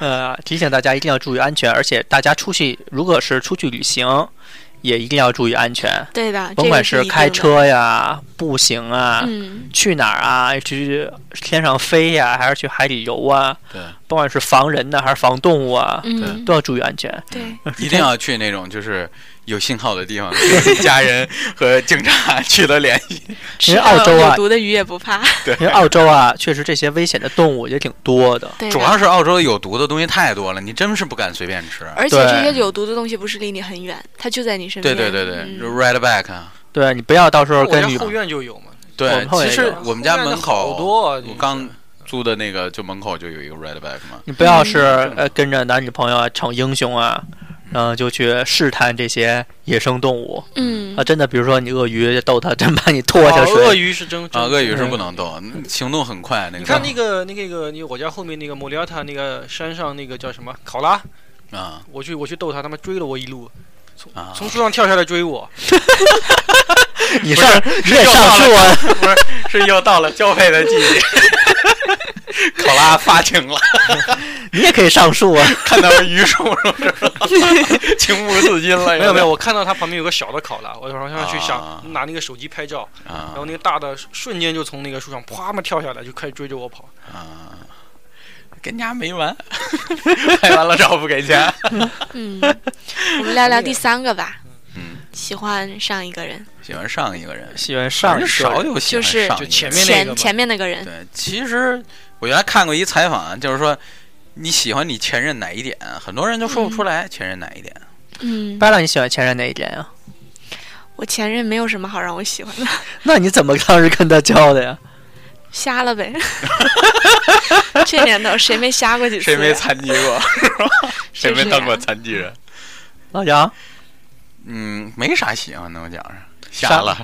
A: 呃，提醒大家一定要注意安全，而且大家出去如果是出去旅行，也一定要注意安全，
C: [LAUGHS] 对的，
A: 甭管
C: 这个
A: 是
C: 一定
A: 开
C: 的。
A: 车呀、步行啊、
C: 嗯，
A: 去哪儿啊，去天上飞呀、还是去海里游啊，
D: 对，
A: 不管是防人呢、还是防动物啊，
C: 嗯，
A: 都要注意安全。
C: 对，
D: 一定要去那种就是有信号的地方， [LAUGHS] 跟家人和警察取得联系。
A: 因为澳洲啊
C: 有，毒的鱼也不怕。
A: 因为澳洲 [LAUGHS] 啊，确实这些危险的动物也挺多的。
C: 对的，
D: 主要是澳洲有毒的东西太多了，你真是不敢随便吃。
C: 而且
A: 对
C: 这些有毒的东西不是离你很远，它就在你身
D: 对
C: 边。
D: 对对对
C: 嗯
D: 就，Redback，啊
A: 对你不要到时候
E: 我
A: 跟
E: 家
A: 女
E: 后院就有嘛。
A: 我
D: 对
A: 们，后来
D: 其实
A: 有
D: 我们家门口
E: 好多啊，
D: 我刚租的那个就门口就有一个 Redback 嘛，
A: 你不要是
D: 嗯
A: 呃跟着男女朋友啊逞英雄啊，然后就去试探这些野生动物
C: 嗯
A: 啊。，真的，比如说你鳄鱼逗它，真把你拖
E: 啊
A: 下
E: 鳄
A: 水，
E: 鱼是真真
D: 啊，鳄鱼是不能动，嗯行动很快那个。
E: 你看那个那个那个，你我家后面那个莫里亚塔那个山上那个叫什么考拉，
D: 啊
E: 我去我去逗它，他妈追了我一路，
D: 啊，
E: 从树上跳下来追我，
A: 你上你得上树啊，
D: 不是是又到了交配的季节， [LAUGHS] 考拉发情了，
A: [LAUGHS] 你也可以上树啊。
D: 看到是榆树是不是？ [LAUGHS] 情不自禁了，
E: 没有哎没有，我看到它旁边有个小的考拉，我跑上去
D: 啊
E: 想拿那个手机拍照，然
D: 啊
E: 后那个大的瞬间就从那个树上啪嘛跳下来，就开始追着我跑。
D: 啊，跟家没完， [LAUGHS] 拍完了照不给钱。
C: 嗯，我们聊聊第三个吧。
D: 嗯，
C: 喜欢上一个人，
D: 喜欢上一个人，
A: 喜欢上
D: 很
A: 一个
D: 少有喜
C: 就
D: 欢
C: 是
D: 上一个人
E: 就前面那个
C: 前
E: 嘛
C: 前面那个人，
D: 对，其实我原来看过一采访啊，就是说你喜欢你前任哪一点，很多人都说不出来前任哪一点。
C: 嗯，
A: 巴拉，你喜欢前任哪一点啊？
C: 我前任没有什么好让我喜欢的，
A: 那你怎么当时跟他交的呀？
C: 瞎了呗。 [LAUGHS] 这年头谁没瞎过几次
D: 谁
C: 呀？
D: 没残疾过？谁
C: 是
D: 没
C: 这
D: 当过
C: 样
D: 残疾人？
A: 老杨，
D: 嗯，没啥喜欢的，我讲是
A: 啥
D: 瞎了，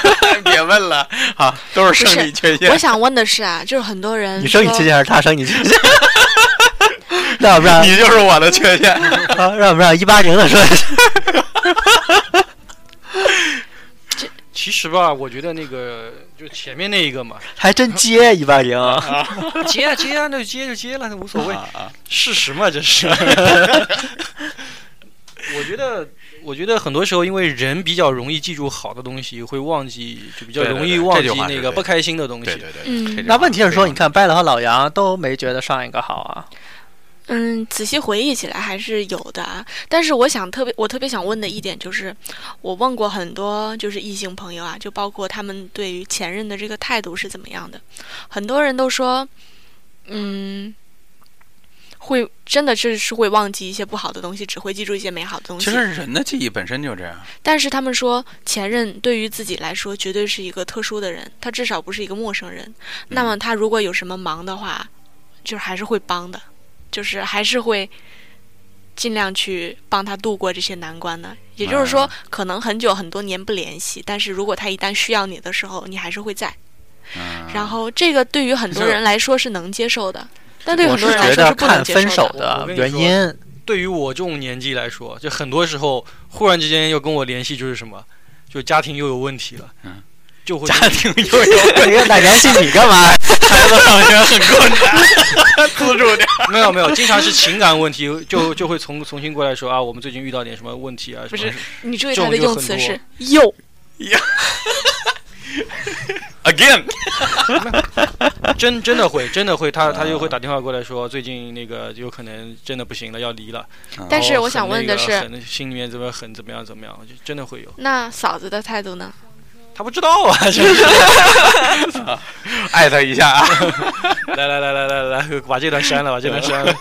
D: [LAUGHS] 别问了啊，都是生理缺陷
C: 我。想问的是啊，就是很多人
A: 你生你
C: 说
A: 缺陷还是他生你缺陷？ [LAUGHS] 那我们让
D: [LAUGHS] 你就是我的缺 [LAUGHS] 陷。
A: 啊让我们让一八零的说一下。
E: 其实吧，我觉得那个就前面那一个嘛，
A: 还真接一八零，
E: 接啊接啊，那就接就接了，那无所谓。
D: 啊啊
E: 事实嘛，这是。 [LAUGHS] 我觉得，我觉得很多时候，因为人比较容易记住好的东西，会忘记，就比较
D: 对对
E: 容
D: 对
E: 易
D: 这
E: 忘
D: 句
E: 记
D: 话是
E: 那个
D: 对的
E: 不开心的东
D: 对
E: 西。
D: 对对，
C: 嗯
D: 这句话
A: 那问题是说，
D: 非
A: 你
D: 常
A: 看拜了和老杨都没觉得上一个好啊。
C: 嗯，仔细回忆起来还是有的啊。但是我想特别，我特别想问的一点就是，我问过很多就是异性朋友啊，就包括他们对于前任的这个态度是怎么样的。很多人都说，嗯，会真的是是会忘记一些不好的东西，只会记住一些美好的东西。
D: 其实人的记忆本身就这样，
C: 但是他们说，前任对于自己来说绝对是一个特殊的人，他至少不是一个陌生人。
D: 嗯
C: 那么他如果有什么忙的话，就是还是会帮的，就是还是会尽量去帮他度过这些难关的。也就是说
D: 嗯，
C: 可能很久很多年不联系，但是如果他一旦需要你的时候，你还是会在。
D: 嗯，
C: 然后这个对于很多
D: 就是
C: 人来说是能接受的，但对于
A: 我
C: 很
A: 是
C: 多人来
A: 觉
C: 说
A: 得
C: 是不能
A: 看
C: 接
A: 分
C: 受
A: 手
C: 的。
A: 的
E: 我跟你
A: 原
E: 说
A: 因，
E: 对于我这种年纪来说，就很多时候忽然之间要跟我联系，就是什么，就家庭又有问题了。
D: 嗯，
E: 就会
D: 家庭
A: [LAUGHS]
D: 又有
A: 那联系你干嘛？
D: 孩子上学很困难，资助点。
E: [LAUGHS] 没有没有，经常是情感问题，就就会重重新过来说啊，我们最近遇到点什么问题啊？什
C: 不是
E: 么什么
C: 你注意
E: 这
C: 他
E: 种
C: 的
E: 就
C: 用
E: 很
C: 词
E: 多
C: 是又， [LAUGHS]
D: Again，
E: 真真的会真的会，他他就会打电话过来说，最近那个有可能真的不行了，要离了。
C: 但是
E: 然后
C: 我想
E: 哦很
C: 问
E: 那
C: 的
E: 个
C: 是，
E: 很心里面怎么很怎么样怎么样，就真的会有，
C: 那嫂子的态度呢？
E: 他不知道啊，真是 [LAUGHS]
D: 艾特一下啊。
E: 来来来来来来，把这段删了，把这段删了。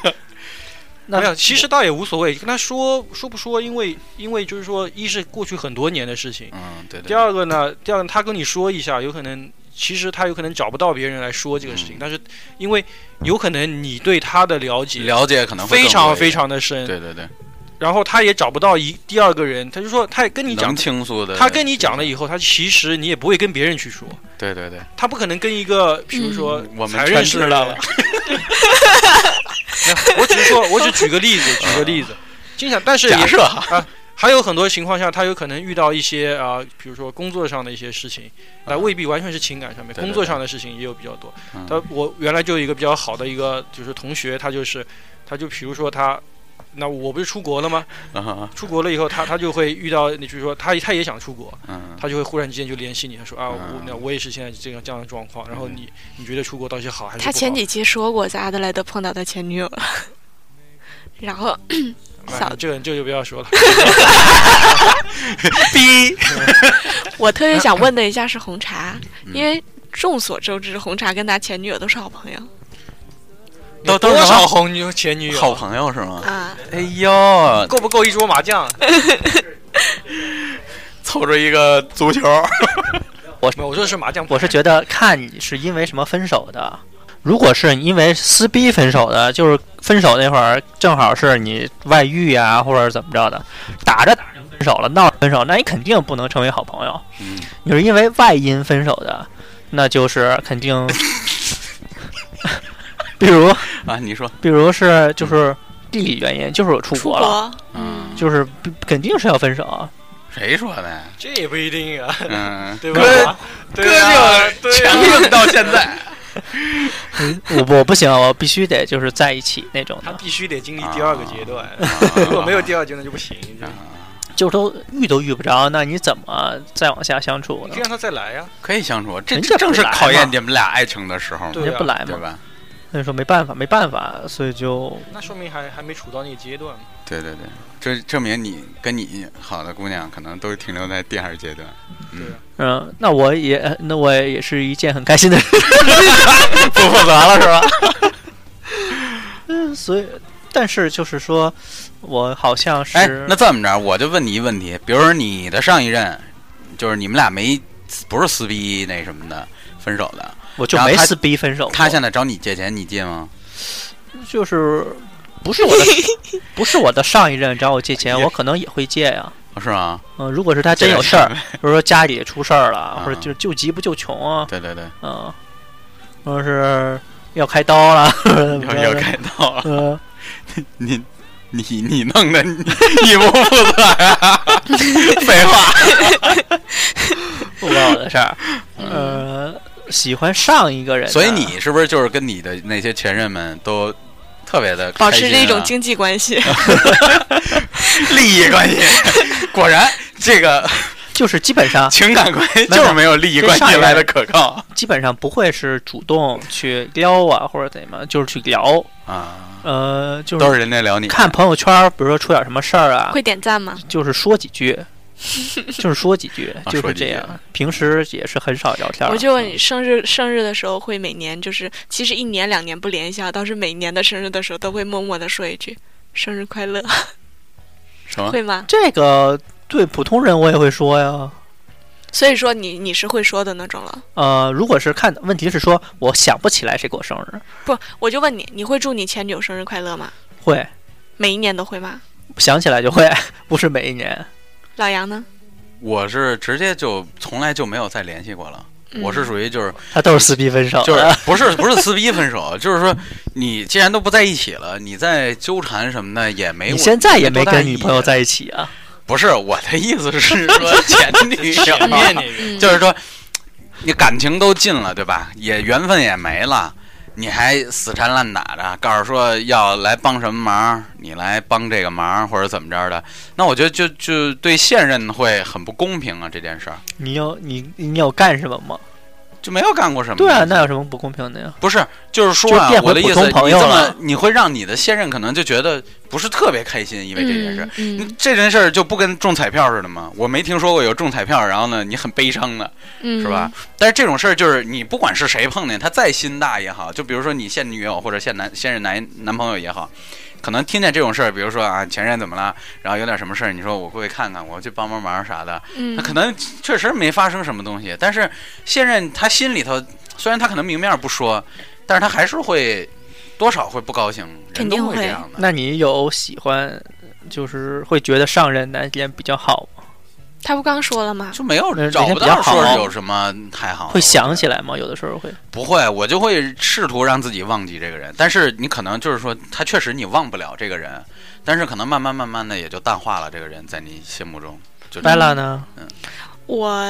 A: 那
E: 没有，其实倒也无所谓，跟他说说不说，因为因为就是说，一是过去很多年的事情，
D: 嗯，对对。
E: 第二个呢，第二个他跟你说一下，有可能其实他有可能找不到别人来说这个事情，
D: 嗯
E: 但是因为有可能你对他的了解
D: 了解可能会
E: 非
D: 更
E: 常
D: 多一
E: 非
D: 点。
E: 常的深，
D: 对对对，
E: 然后他也找不到一第二个人，他就说他也跟你
D: 能
E: 讲，
D: 倾诉的。
E: 他跟你讲了以后，他其实你也不会跟别人去说，
D: 对对对，
E: 他不可能跟一个比如说
D: 嗯我们
E: 才认识的
D: 全知道
E: 人
D: 了
E: 那我只是说，我只举个例子，举
D: [LAUGHS]
E: 个例子，经常， [LAUGHS] 但是
D: 假
E: 也
D: 设哈，
E: 还有很多情况下，他有可能遇到一些啊、比如说工作上的一些事情，啊、
D: 嗯
E: 未必完全是情感上面，
D: 对对
E: 工作上的事情也有比较多。
D: 嗯
E: 他我原来就有一个比较好的一个就是同学，他就是，他就比如说他，那我不是出国了吗？
D: [LAUGHS] 嗯
E: 出国了以后，他他就会遇到，你就是说他他也想出国，
D: 嗯
E: 他就会忽然之间就联系你，他说啊，我
D: 嗯
E: 那我也是现在这样这样的状况，然后你你觉得出国到底好还是不
C: 他
E: 好？
C: 前几期说过在阿德莱德碰到他前女友了，然后
E: 哎
C: 嫂子
E: 这个这个就不要说了，
A: 逼
C: 我特别想问的一下是红茶，
D: 嗯
C: 因为众所周知，红茶跟他前女友都是好朋友
E: 有
D: 都
E: 多少红女前女友
D: 好朋友是吗？
C: 啊。
D: 哎呦，
E: 够不够一桌麻将？
D: 凑着一个足球，
E: [LAUGHS] 没有，我说的是麻将牌，
A: 我是觉得看你是因为什么分手的。如果是你因为撕逼分手的，就是分手那会儿正好是你外遇呀、或者怎么着的，打着打着分手了，闹着分手，那你肯定不能成为好朋友。
D: 嗯，
A: 你是因为外因分手的，那就是肯定， [LAUGHS] 比如
D: 啊，你说，
A: 比如是就是地理原因，就是我出
C: 出
A: 国了，
C: 国，
D: 嗯，
A: 就是不肯定是要分手啊。
D: 谁说的？
E: 这也不一定啊。
D: 嗯，
E: 对
D: 哥
E: 吧？
D: 哥
E: [LAUGHS] 对啊
D: 就
E: 对
D: 强
E: 啊
D: 硬到现在，
E: [LAUGHS]
A: 我我不行，我必须得就是在一起那种
E: 他 [LAUGHS]
A: 的，
E: 必须得经历第二个阶段，
D: 啊
E: 如果没有第二阶段就不行。
D: 啊
A: 就都遇都遇不着，那你怎么再往下相处
E: 你
A: 呢
E: 可以？让他再来啊呀，
D: 可以相处，这
A: 人
D: 这
A: 家
D: 正是
A: 不来
D: 考验
A: 嘛
D: 你们俩爱情的时候，
E: 对
A: 人家不来
D: 对
A: 嘛，
D: 吧？
A: 那你说没办法，没办法，所以就
E: 那说明还还没处到那个阶段。
D: 对对对，这证明你跟你好的姑娘可能都停留在第二阶段，
E: 对啊，
A: 嗯，那我也那我也是一件很开
D: [LAUGHS]
A: 心的事，不负责了是吧？ [LAUGHS] 嗯，所以但是就是说，我好像是、
D: 哎，那这么着，我就问你一问题，比如说你的上一任，就是你们俩没不是撕逼那什么的分手的，
A: 我就
D: 然后
A: 没
D: 他
A: 撕逼分手过，
D: 他现在找你借钱，你借吗？
A: 就是不是我
D: [LAUGHS]
A: 的不是我的上一任找我借钱，我可能也会借呀、
D: 哦是吗？
A: 嗯，如果是他真有事
D: [LAUGHS]
A: 儿，比如说家里出事儿了，或者
D: 嗯
A: 就救急不救穷啊，
D: 对对对，
A: 嗯，或者是要开刀了，或者怎么
D: 要
A: 着
D: 要
A: 的
D: 开刀了，
A: 嗯，
D: 你你你弄的，你你不负责呀？啊 [LAUGHS] 废话，
A: 不关我的事儿，呃，喜欢上一个人的，
D: 嗯所以你是不是就是跟你的那些前任们都特别的
C: 保持着一种
D: 经
C: 经济关系，
D: [LAUGHS] 利益关系？果然，这个
A: 就是基本上
D: 情感关系
A: 没
D: 就
A: 有
D: 是没有利益
A: 这
D: 关
A: 上一
D: 系来
A: 任
D: 的可靠
A: 基本上不会是主动去撩啊或者怎么，就是去聊，
D: 啊，
A: 呃，就
D: 都
A: 是
D: 是人家聊你
A: 看朋友圈儿，比如说出点什么事儿啊，
C: 会点赞吗？
A: 就是说几
C: [LAUGHS]
A: 句，就是说几句，
D: 啊
A: 就
D: 说
A: 是
D: 几
A: 这
D: 句
A: 样。平时也是很少聊天儿
C: 我，就问你，生日生日的时候会每年就是，其实一年两年不联系啊，倒是每年的生日的时候都会默默的说一句“生日快乐
D: 什”，么
C: 会吗？
A: 这个对普通人我也会说呀。
C: 所以说你你是会说的那种了。
A: 呃，如果是看问题是说我想不起来谁过生日，
C: 不，我就问你，你会祝你前女友生日快乐吗？
A: 会
C: 每一年都会吗？
A: 想起来就会， [LAUGHS] 不是每一年。
C: 老杨呢？
D: 我是直接就从来就没有再联系过了。
C: 嗯
D: 我是属于就是
A: 他都是撕逼分手的，
D: 就是哎不是不是撕逼分手，就是说你既然都不在一起了，你再纠缠什么的也没
A: 你
D: 我
A: 现在也没
D: 多大
A: 跟
D: 意义
A: 女朋友在一起啊？
D: 不是我的意思是说前女
E: 前面那
D: 友，
E: 个
C: 嗯
D: 就是说你感情都尽了，对吧？也缘分也没了，你还死缠烂打的，告诉说要来帮什么忙，你来帮这个忙或者怎么着的，那我觉得就就对现任会很不公平啊，这件事儿
A: 你有你你有干什么吗？
D: 就没有干过什么。
A: 对啊，那有什么不公平的呀？
D: 不是，就是说
A: 就
D: 啊，
A: 变回
D: 我的意
A: 普
D: 思，
A: 通
D: 你
A: 朋友
D: 这么
A: 了
D: 你会让你的现任可能就觉得不是特别开心，因为这件事。
C: 嗯嗯
D: 这件事儿就不跟中彩票似的吗？我没听说过有中彩票，然后呢，你很悲伤的
C: 嗯，
D: 是吧？？但是这种事儿就是你不管是谁碰见，他再心大也好，就比如说你现女友或者现男现任男男朋友也好，可能听见这种事儿，比如说啊前任怎么了，然后有点什么事儿，你说我过去看看，我去帮帮忙啥的，
C: 嗯
D: 那，可能确实没发生什么东西，但是现任他心里头，虽然他可能明面不说，但是他还是会多少会不高兴，人
C: 肯
D: 都
C: 定
D: 会这
C: 会
D: 样的。
A: 那你有喜欢，就是会觉得上任哪点比较好吗？
C: 他不刚说了吗？
D: 就没有
A: 嗯
D: 找
A: 人家
D: 不
A: 比较
D: 到说
A: 好
D: 有什么太好的，
A: 会想
D: 来。
A: 起来吗？有的时候会。
D: 不会，我就会试图让自己忘记这个人，但是你可能就是说，他确实你忘不了这个人，但是可能慢慢慢慢的也就淡化了这个人在你心目中。就
A: 白拉呢？
C: 我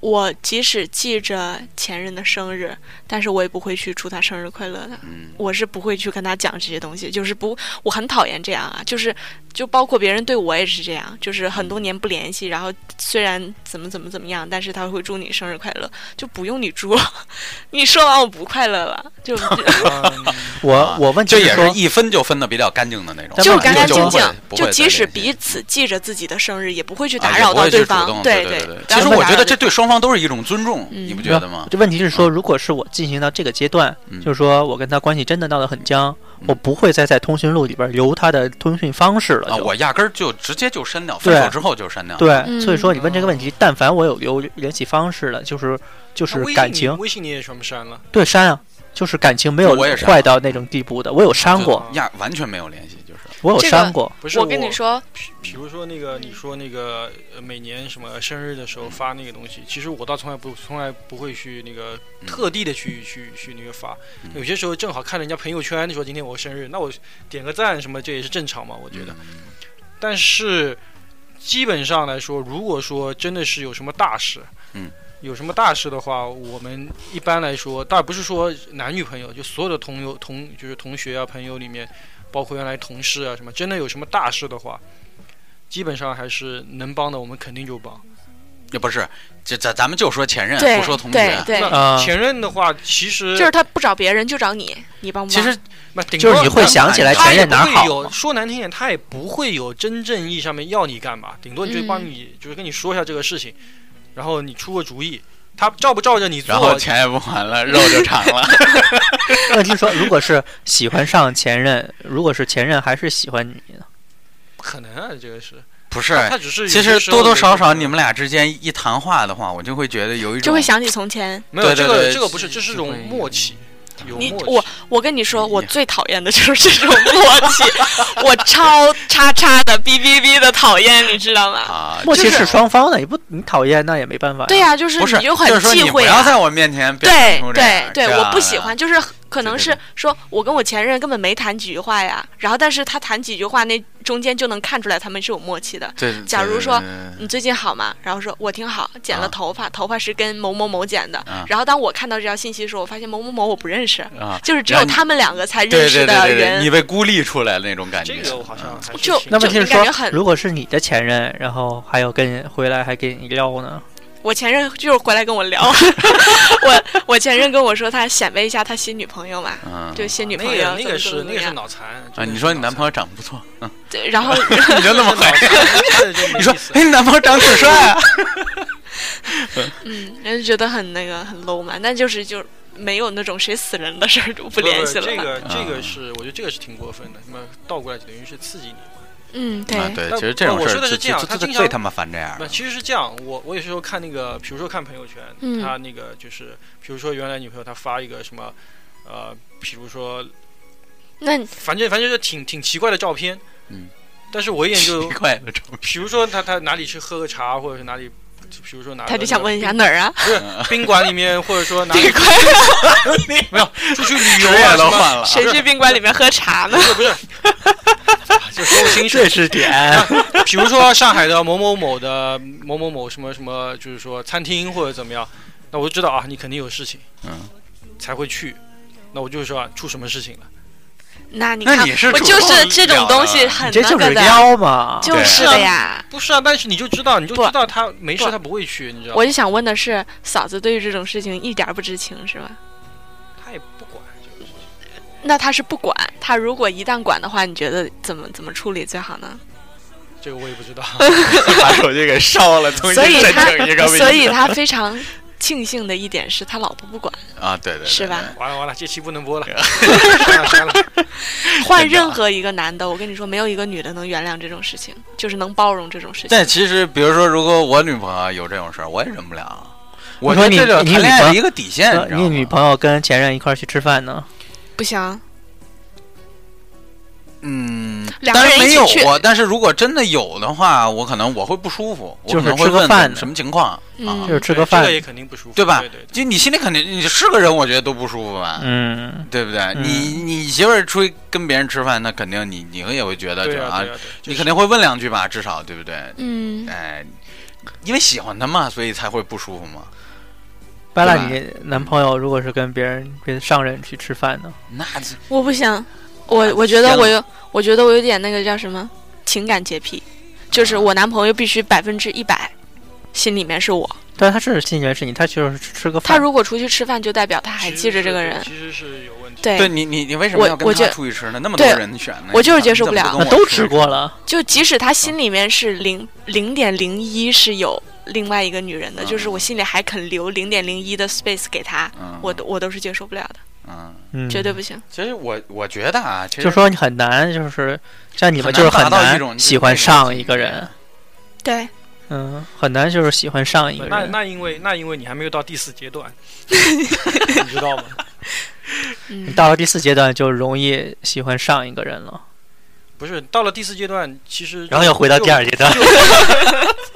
C: 我即使记着前任的生日，但是我也不会去祝他生日快乐的。
D: 嗯，
C: 我是不会去跟他讲这些东西，就是不，我很讨厌这样啊，就是就包括别人对我也是这样，就是很
D: 嗯
C: 多年不联系，然后虽然怎么怎么怎么样，但是他会祝你生日快乐，就不用你祝了， [LAUGHS] 你说完我不快乐了，
D: [LAUGHS]
C: 就就
E: 嗯
A: 我我问题
D: 这也
A: 说
D: 是一分就分的比较干净的那种，
A: 咱们
C: 就
A: 俩
C: 干干净净
D: 就不，会
C: 就即使彼
D: 此
C: 此记着自己的生日，也不会去
D: 啊
C: 打
D: 也
C: 扰
D: 不
C: 到
D: 会去主
C: 方，
D: 动
C: 对
D: 对
C: 不
D: 其
C: 要
D: 实
C: 去
D: 我
C: 打
D: 觉
C: 扰
D: 得这对双方都是一种尊重，
C: 嗯
D: 你不觉得吗？
A: 这问题是说，如果是我进行到这个阶段，
D: 嗯
A: 就是说我跟他关系真的闹得很僵，
D: 嗯
A: 我不会再在通讯录里边留他的通讯方式了
D: 啊，
A: 就。
D: 我压根儿就直接就删掉，分手
A: 对
D: 之后就删掉。
A: 对，
C: 嗯
A: 所以说你问这个问题，但凡我有留联系方式了，就是就是
E: 嗯那微信
A: 感
E: 你
A: 情，
E: 微信你也全部删了，
A: 对删啊，就是感情没有
D: 我也删
A: 坏到那种地步的。我有删过，
D: 呀，完全没有联系，就是
A: 我有
C: 这个
A: 删过，
E: 不是
C: 我跟你，说，
D: 嗯
E: 比比如说那个你说那个呃每年什么生日的时候发那个东西，其实我倒从来不从来不会去那个特地的去去去那个发
D: 嗯，
E: 有些时候正好看人家朋友圈说今天我生日，那我点个赞什么这也是正常嘛，我觉
D: 嗯
E: 得。但是基本上来说，如果说真的是有什么大事，
D: 嗯，
E: 有什么大事的话，我们一般来说，倒不是说男女朋友，就所有的同友同就是同学啊、朋友里面，包括原来同事啊什么，真的有什么大事的话，基本上还是能帮的，我们肯定就帮。
D: 也不是，这咱咱们就说前任，
C: 对
D: 嗯不说同
C: 对
D: 学。
C: 对，
A: 啊 [LAUGHS]
E: 那前任的话，其实
C: 就是他不找别人就找你，你帮不
D: 其
C: 帮？
D: 实
E: 那顶
A: 就是
E: 多
A: 你会
E: 他
A: 想起来
D: 他
A: 前
E: 也
A: 任
E: 不
A: 哪
E: 会
A: 好
E: 有
A: 吗，
E: 说难听点，他也不会有真正意义上面要你干嘛，顶多就帮你、就是跟你说一下这个事情，然后你出个主意，他照不照着你做，
D: 然后钱也不还了，肉就长了。
A: [LAUGHS]
C: [LAUGHS]
A: 问题是说，如果是喜欢上前任，如果是前任还是喜欢你呢？
E: 不可能啊，这个是，
D: 不是，
E: 他只是有些
D: 其实
E: 时候
D: 多多少
E: 有
D: 少
E: 一种
D: 你们俩之间一谈话的话，我就会觉得有一种
C: 就会想起从前。
E: 没有
D: 对对
E: 这
D: 对
E: 个这个不是，这是一
D: 就
E: 种
D: 会
E: 默契，有
C: 你
E: 默契。
C: 我我跟你说，我
D: 哎呀
C: 最讨厌的就是这种默契， [LAUGHS] 我超叉叉的哔哔哔的讨厌，你知道吗？
D: 啊，
A: 默契
C: 就是
A: 是双方的，也不你讨厌那也没办法。
C: 对、呀、就是
D: 不是
C: 你就
D: 就
C: 很
D: 是说
C: 忌
D: 你不
C: 讳、
D: 要在
C: 啊。
D: 我面前表
C: 对
D: 现出这
C: 对
D: 样
C: 对，
D: 这样
C: 我不喜欢，就是可能
D: 对
C: 是说我跟我前任根本没谈几句话呀，然后但是他谈几句话，那中间就能看出来他们是有默契的。
D: 对。对
C: 假如说
D: 对对对
C: 你最近好吗？然后说我挺好，剪
D: 啊
C: 了头发，头发是跟某某某剪的。
D: 啊
C: 然后当我看到这条信息的时候，我发现某某某我不认识，
D: 对啊，
C: 就是只
D: 然
C: 有
D: 后你
C: 他们两个才嗯认
D: 对
C: 识
D: 对对
C: 的
D: 对
C: 人
D: 对，你。被孤立出来的那种感觉。
E: 这个我好像
D: 嗯
E: 还是
C: 就
E: 挺
A: 那问题是
C: 就你感
A: 说
C: 觉，很
A: 如果是你的前任，然后还有跟回来还给你撩呢，
C: 我前任就是回来跟我
D: [LAUGHS]
C: 聊，我我前任跟我说他显摆一下他新女朋友嘛，
D: 嗯
C: 就新女
E: 那
C: 朋友
E: 个那
C: 怎
E: 个
C: 么怎么
E: 是
C: 怎
E: 那
C: 么
E: 个是
C: 样，
E: 脑残
D: 啊，你说你男朋友长得
C: [LAUGHS]
D: 不错，
C: 对，然后
D: 你就那
E: [LAUGHS]
D: 么
E: 狠，
D: 狠，[LAUGHS] 你说哎，你男朋友长得挺帅啊，
C: 嗯，然后就觉得很那个很 low 嘛，但就是就是没有那种谁死人的事儿就不
E: 不
C: 联系了
E: 这
C: 嘛，
E: 个这
D: 啊
E: 个是我觉得这个是挺过分的，那么倒过来等于是刺激你。
C: 嗯，对，
D: 啊对，
E: 那
D: 其实这种
E: 我
D: 事
E: 说
D: 儿
E: 的
D: 就是
E: 这样
D: 就
E: 他
D: 就
E: 经常
D: 最他妈烦这样
E: 那
D: 的。
E: 其实是这样，我我有时候看那个，比如说看朋友圈，
C: 嗯
E: 他那个就是，比如说原来女朋友她发一个什么，呃，比如说
C: 那
D: 啊
C: 你
E: 反正反正就挺挺奇怪的照片，
D: 嗯，
E: 但是我一眼就
D: [LAUGHS] 奇，怪的照片，
E: 比如说他他哪里去喝个茶，或者是哪里，比如说哪个
C: 他就想问一下哪儿啊？
E: 宾馆里面，或者
C: [LAUGHS]
E: 说哪
C: 这
E: 里
C: 块
E: 出去旅游
D: 职业
E: 啊什
D: 都
E: 么，
D: 换了，
C: 谁去宾馆里面喝茶呢
E: [LAUGHS] 不？是不是，就说不清楚，
A: 这
C: [LAUGHS]
A: 是点。
E: [LAUGHS] 比如说上海的某某某的某某某什么什么，就是说餐厅或者怎么样，那我就知道啊，你肯定有事情
D: 嗯，
E: 才会去。那我就说啊，出什么事情了？
C: 那你
D: 那
C: 看，
D: 你是
C: 我
D: 主
C: 就
D: 动
C: 是这种
D: 聊的啊
C: 东西很
A: 这
C: 那
A: 就
C: 个
A: 是
C: 的，
A: 妖嘛，
C: 就
D: 对
C: 是的呀。
E: 不啊是啊，但是你就知道，你就
C: 不
E: 知道他没事，
C: 不
E: 他不啊会去，你知道吗
C: 我？就想问的是，嫂子对于这种事情一点儿不知情是吧？
E: 他也不管这个事情。
C: 那她是不管，她如果一旦管的话，你觉得怎么怎么处理最好呢？
E: 这个我也不知道，
C: [LAUGHS]
D: 把手机给烧了，重新
C: 所以
D: 申
C: 她
D: 请一个，微信
C: 所以她非常庆幸的一点是她老婆不管，
D: 啊，对对对
C: 是吧？
E: [LAUGHS] 完了完了，这期不能播了， [LAUGHS] 删了删了。
C: 换
D: 啊
C: 任何一个男的，我跟你说，没有一个女的能原谅这种事情，就是能包容这种事情。
D: 但其实，比如说，如果我女朋友啊有这种事儿，我也忍不了。啊我觉
A: 说
D: 得
A: 你
D: 这就是
A: 你
D: 谈
A: 女
D: 恋爱
A: 朋
D: 的
A: 友
D: 一个底线，你知道
A: 你女
D: 吗？
A: 朋友跟前任一块儿去吃饭呢，
C: 不行，
D: 嗯，
C: 两个
D: 但是
C: 人一
D: 没
C: 起
D: 有
C: 去，
D: 过。但是如果真的有的话，我可能我会不舒服，我
A: 就是
D: 可能会
A: 吃个
D: 问
A: 饭呢
D: 什么情况
C: 嗯
D: 啊
A: 就？是吃
E: 对
A: 个饭
E: 这，个也肯定不舒服，
D: 对吧
E: 对对对
D: 就你心里肯定你是个人，我觉得都不舒服吧，
A: 嗯，
D: 对不对？
A: 嗯
D: 你你媳妇儿出去跟别人吃饭，那肯定你你也会觉得
E: 对
D: 就是
E: 啊对啊，
D: 你肯定会问两句吧，至少对不对？
C: 嗯，
D: 哎，因为喜欢他嘛，所以才会不舒服嘛。
A: 巴
D: 对
A: 拉，
D: 吧
A: 你男朋友如果是跟别人跟上人去吃饭呢，
D: 那这
C: 我不行，我
D: 啊
C: 我觉得
D: 天
C: 我
D: 呐
C: 有，我觉得我有点那个叫什么情感洁癖，就是我男朋友必须百分之一百，心里面是我。
A: 但啊他是心里面是你，他就是吃个
C: 他
A: 饭，
C: 如果出去吃饭，就代表他还记着这个人。
E: 其实是有问题。
C: 对，
D: 对你，你你为什么
C: 我
D: 要跟
C: 我
D: 他
C: 觉
D: 出去吃呢？那么多
C: 对
D: 人选呢，
C: 我就是
D: 你
C: 接受不
D: 怎么
C: 了
D: 跟
A: 那
D: 我
A: 都
D: 吃
A: 吃过了，
C: 就即使他心里面是零零点零一是有另外一个女人的，
D: 嗯
C: 就是我心里还肯留零点零一的 space 给他，
D: 嗯，
C: 我都我都是接受不了的，
D: 嗯，
A: 嗯，
C: 绝对不行。
D: 其实我我觉得啊，其实
A: 就说你很难，就是像你们
D: 很
A: 就是
D: 难
A: 很
D: 达到一种
A: 难
D: 就是
A: 喜
D: 那
A: 欢
D: 种
A: 上
D: 境
A: 一个
D: 界
A: 人，
C: 对，
A: 嗯，很难就是喜欢上一个
E: 那
A: 人。
E: 那因为那因为你还没有到第四阶段，你知道吗？
A: 你
C: 嗯，
A: 到了第四阶段就容易喜欢上一个人了，
E: 不是到了第四阶段，其实
A: 然后又回到第二阶段。
E: 就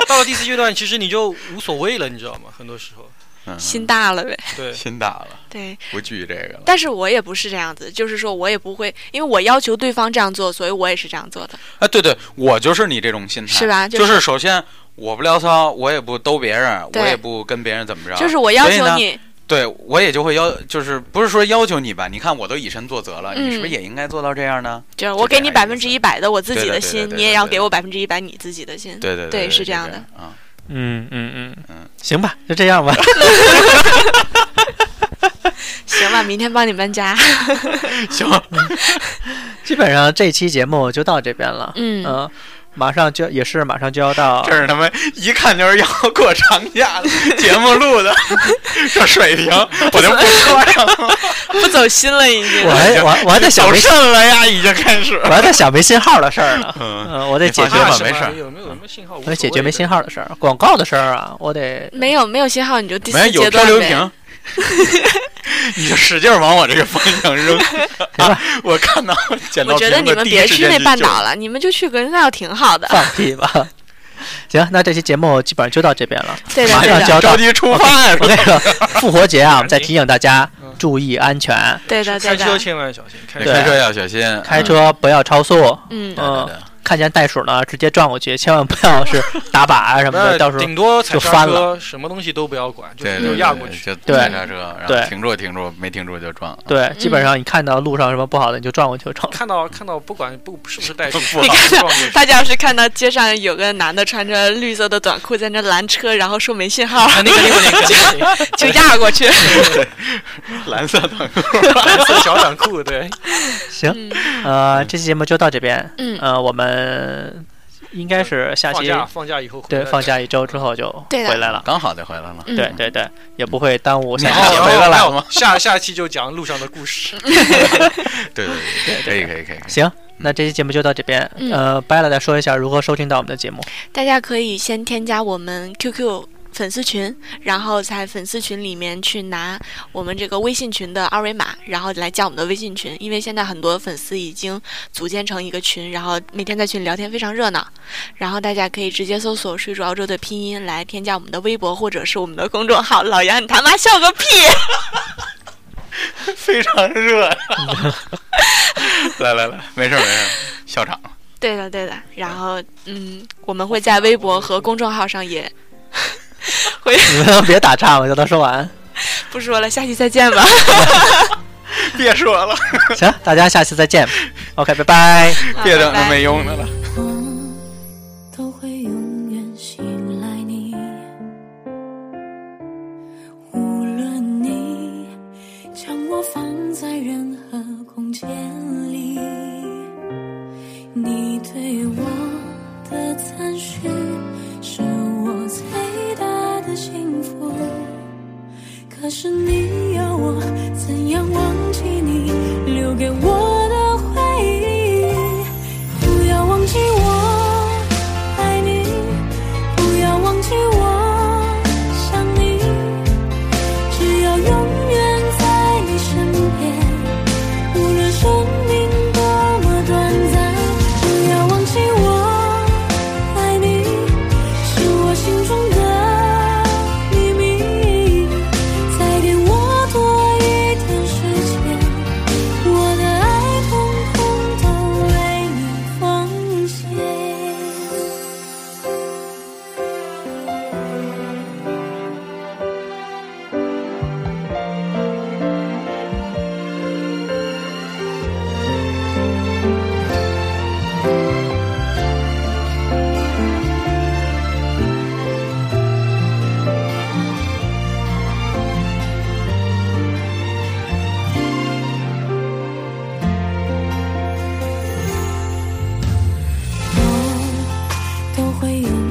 E: 到了第四阶段，其实你就无所谓了，你知道吗？很多时候，
D: [LAUGHS] 嗯
C: 心大了呗。
E: 对，
D: 心大了，
C: 对，
D: 不惧这个了。
C: 但是我也不是这样子，就是说我也不会，因为我要求对方这样做，所以我也是这样做的。
D: 啊，对对，我就是你这种心态，
C: 是吧
D: 就、
C: 就是是
D: 首先我不聊骚，我也不兜别人，我
C: 对
D: 也不跟别人怎么着，
C: 就是我要
D: 所以呢
C: 求你，
D: 对我也就会要，就是不是说要求你吧？你看我都以身作则了，
C: 嗯
D: 你是不是也应该做到这样呢？
C: 就是我给你
D: 就这
C: 百
D: 样
C: 分之一百的我自己
D: 对对
C: 的
D: 对对
C: 心
D: 对，
C: 你也
D: 对
C: 要
D: 对
C: 给我百分之一百你自己的心。
D: 对对
C: 对
D: 对，
C: 是
D: 这
C: 这样的
D: 啊。
A: 嗯嗯嗯嗯，行吧，就这
D: [LAUGHS]
A: 样吧。
C: 行吧，明天帮你搬
D: [LAUGHS]
C: 家。
D: 行，
E: [LAUGHS]
A: 基本上这期节目就到这边了。
C: 嗯
A: 马上就也是马上就要到
D: [LAUGHS] 这是他妈一看就是要过长假的节目
C: [LAUGHS]
D: 录的，这水平我就不说上了，
C: 不走心了已经
A: 我还我还我还在想
D: 走
A: 没
D: 肾了呀，已经开始
A: 我。还在想没信号的事儿呢。
D: 嗯，
A: 嗯，我得解决
D: 行吧
E: 啊
A: 嘛，
E: 什
D: 没
E: 么
D: 事儿
E: 有没有什么信号？
A: 我得嗯解决没信
E: 号。
A: 号的事儿，广告的事儿啊，我得
C: 没有没有信号，你就第
D: 没
C: 四
D: 有
C: 阶段
D: 漂流
C: 呗 [LAUGHS]
D: 瓶，你就使劲儿往我这个方
C: [LAUGHS]
D: 向扔。啊、我看到捡到
C: 我觉得
D: 瓶
C: 你
D: 子
C: 们
D: 第一
C: 别
D: 时
C: 去
D: 间
C: 那
D: 就
C: 半
D: 救
C: 岛了，你们就去格林纳挺好的。
A: 放屁吧。
E: [LAUGHS]
A: 行，那这期节目基本上就到这边了。
C: 对的
A: 马
C: 对
A: 上就
C: 的
A: 要到
D: 着急出发呀！
A: 我那个复活节啊，我们再提醒大家
E: 嗯
A: 注意安全，
C: 对的
E: 开
C: 对
E: 车
C: 的，
E: 千万小心，开
A: 对
D: 开车要小心，
A: 开
D: 嗯
A: 车不要超速，
C: 嗯
D: 对，对对
A: 看见袋鼠呢直接撞过去，千万不要是打靶啊什么
E: [LAUGHS] 那
A: 的，到时候
E: 顶多踩
A: 就
E: 刹
A: 翻
E: 车，什么东西都不要管，就
D: 对
E: 就
D: 对，
E: 压过去。
D: 就
A: 对
D: 踩刹车，然后
A: 对
D: 停住停住，没停住就撞。
A: 对，基本
C: 嗯
A: 上你看到路上什么不好的你就撞过
E: [LAUGHS]
A: 去就成了。
E: 看到看到，不管不是不是带
D: 不
E: 不
D: 好
E: 撞过去。
C: 大家要是看到街上有个男的穿着绿色的短裤在那拦车，然后说没信号，
E: 肯定肯定肯定肯定，
C: 就压过去。
D: [LAUGHS] 蓝色的，
A: [LAUGHS]
E: 蓝色小短裤，对，
A: 行，
C: 嗯
A: 呃，这期节目就到这边，
C: 嗯，
A: 呃，我们应该是下
E: 放
A: 期
E: 假放假以后回
A: 对
E: 来
A: 放假一周之后就
C: 对的
A: 回来了，
D: 刚好就回来了。
C: 嗯
A: 对对对，也不会耽误下
E: 然
A: 期
E: 后
A: 节
E: 然
A: 目
E: 后
D: 回来了
E: 还有
D: 吗
E: 下下期就讲路上的故事，
D: 对对对，可以可以可以。可以
A: 行，那这期节目就到这边，
C: 嗯
A: 呃，掰了再说一下如何收听到我们的节目。
C: 大家可以先添加我们 QQ 粉丝群，然后在粉丝群里面去拿我们这个微信群的二维码，然后来加我们的微信群。因为现在很多粉丝已经组建成一个群，然后每天在群聊天非常热闹。然后大家可以直接搜索“睡住澳洲”的拼音来添加我们的微博或者是我们的公众号。老杨，你他妈笑个屁！
D: 非常热。 [LAUGHS] 来来来，没事没事，笑场。
C: 对的，对的。然后，嗯，我们会在微博和公众号上也回
A: 你们别打岔，我叫他说完。
C: 不说了，下期再见吧。
D: 别说了，
A: 行，大家下期再见。OK，拜拜。
C: 好
D: 别等
C: 拜
D: 那
C: 拜
D: 没用的了。
F: 我都会永远信赖你，无论你将我放在任何空间里，你对我的赞许是我最大的幸福。可是你要我怎样忘记你留给我的回忆？不要忘记我爱你，不要忘记我想你，只要永远在你身边，无论生命多么短暂。不要忘记我爱你，是我心中的秘密，再给我多一点时间。我的爱统统都为你奉献。我都会永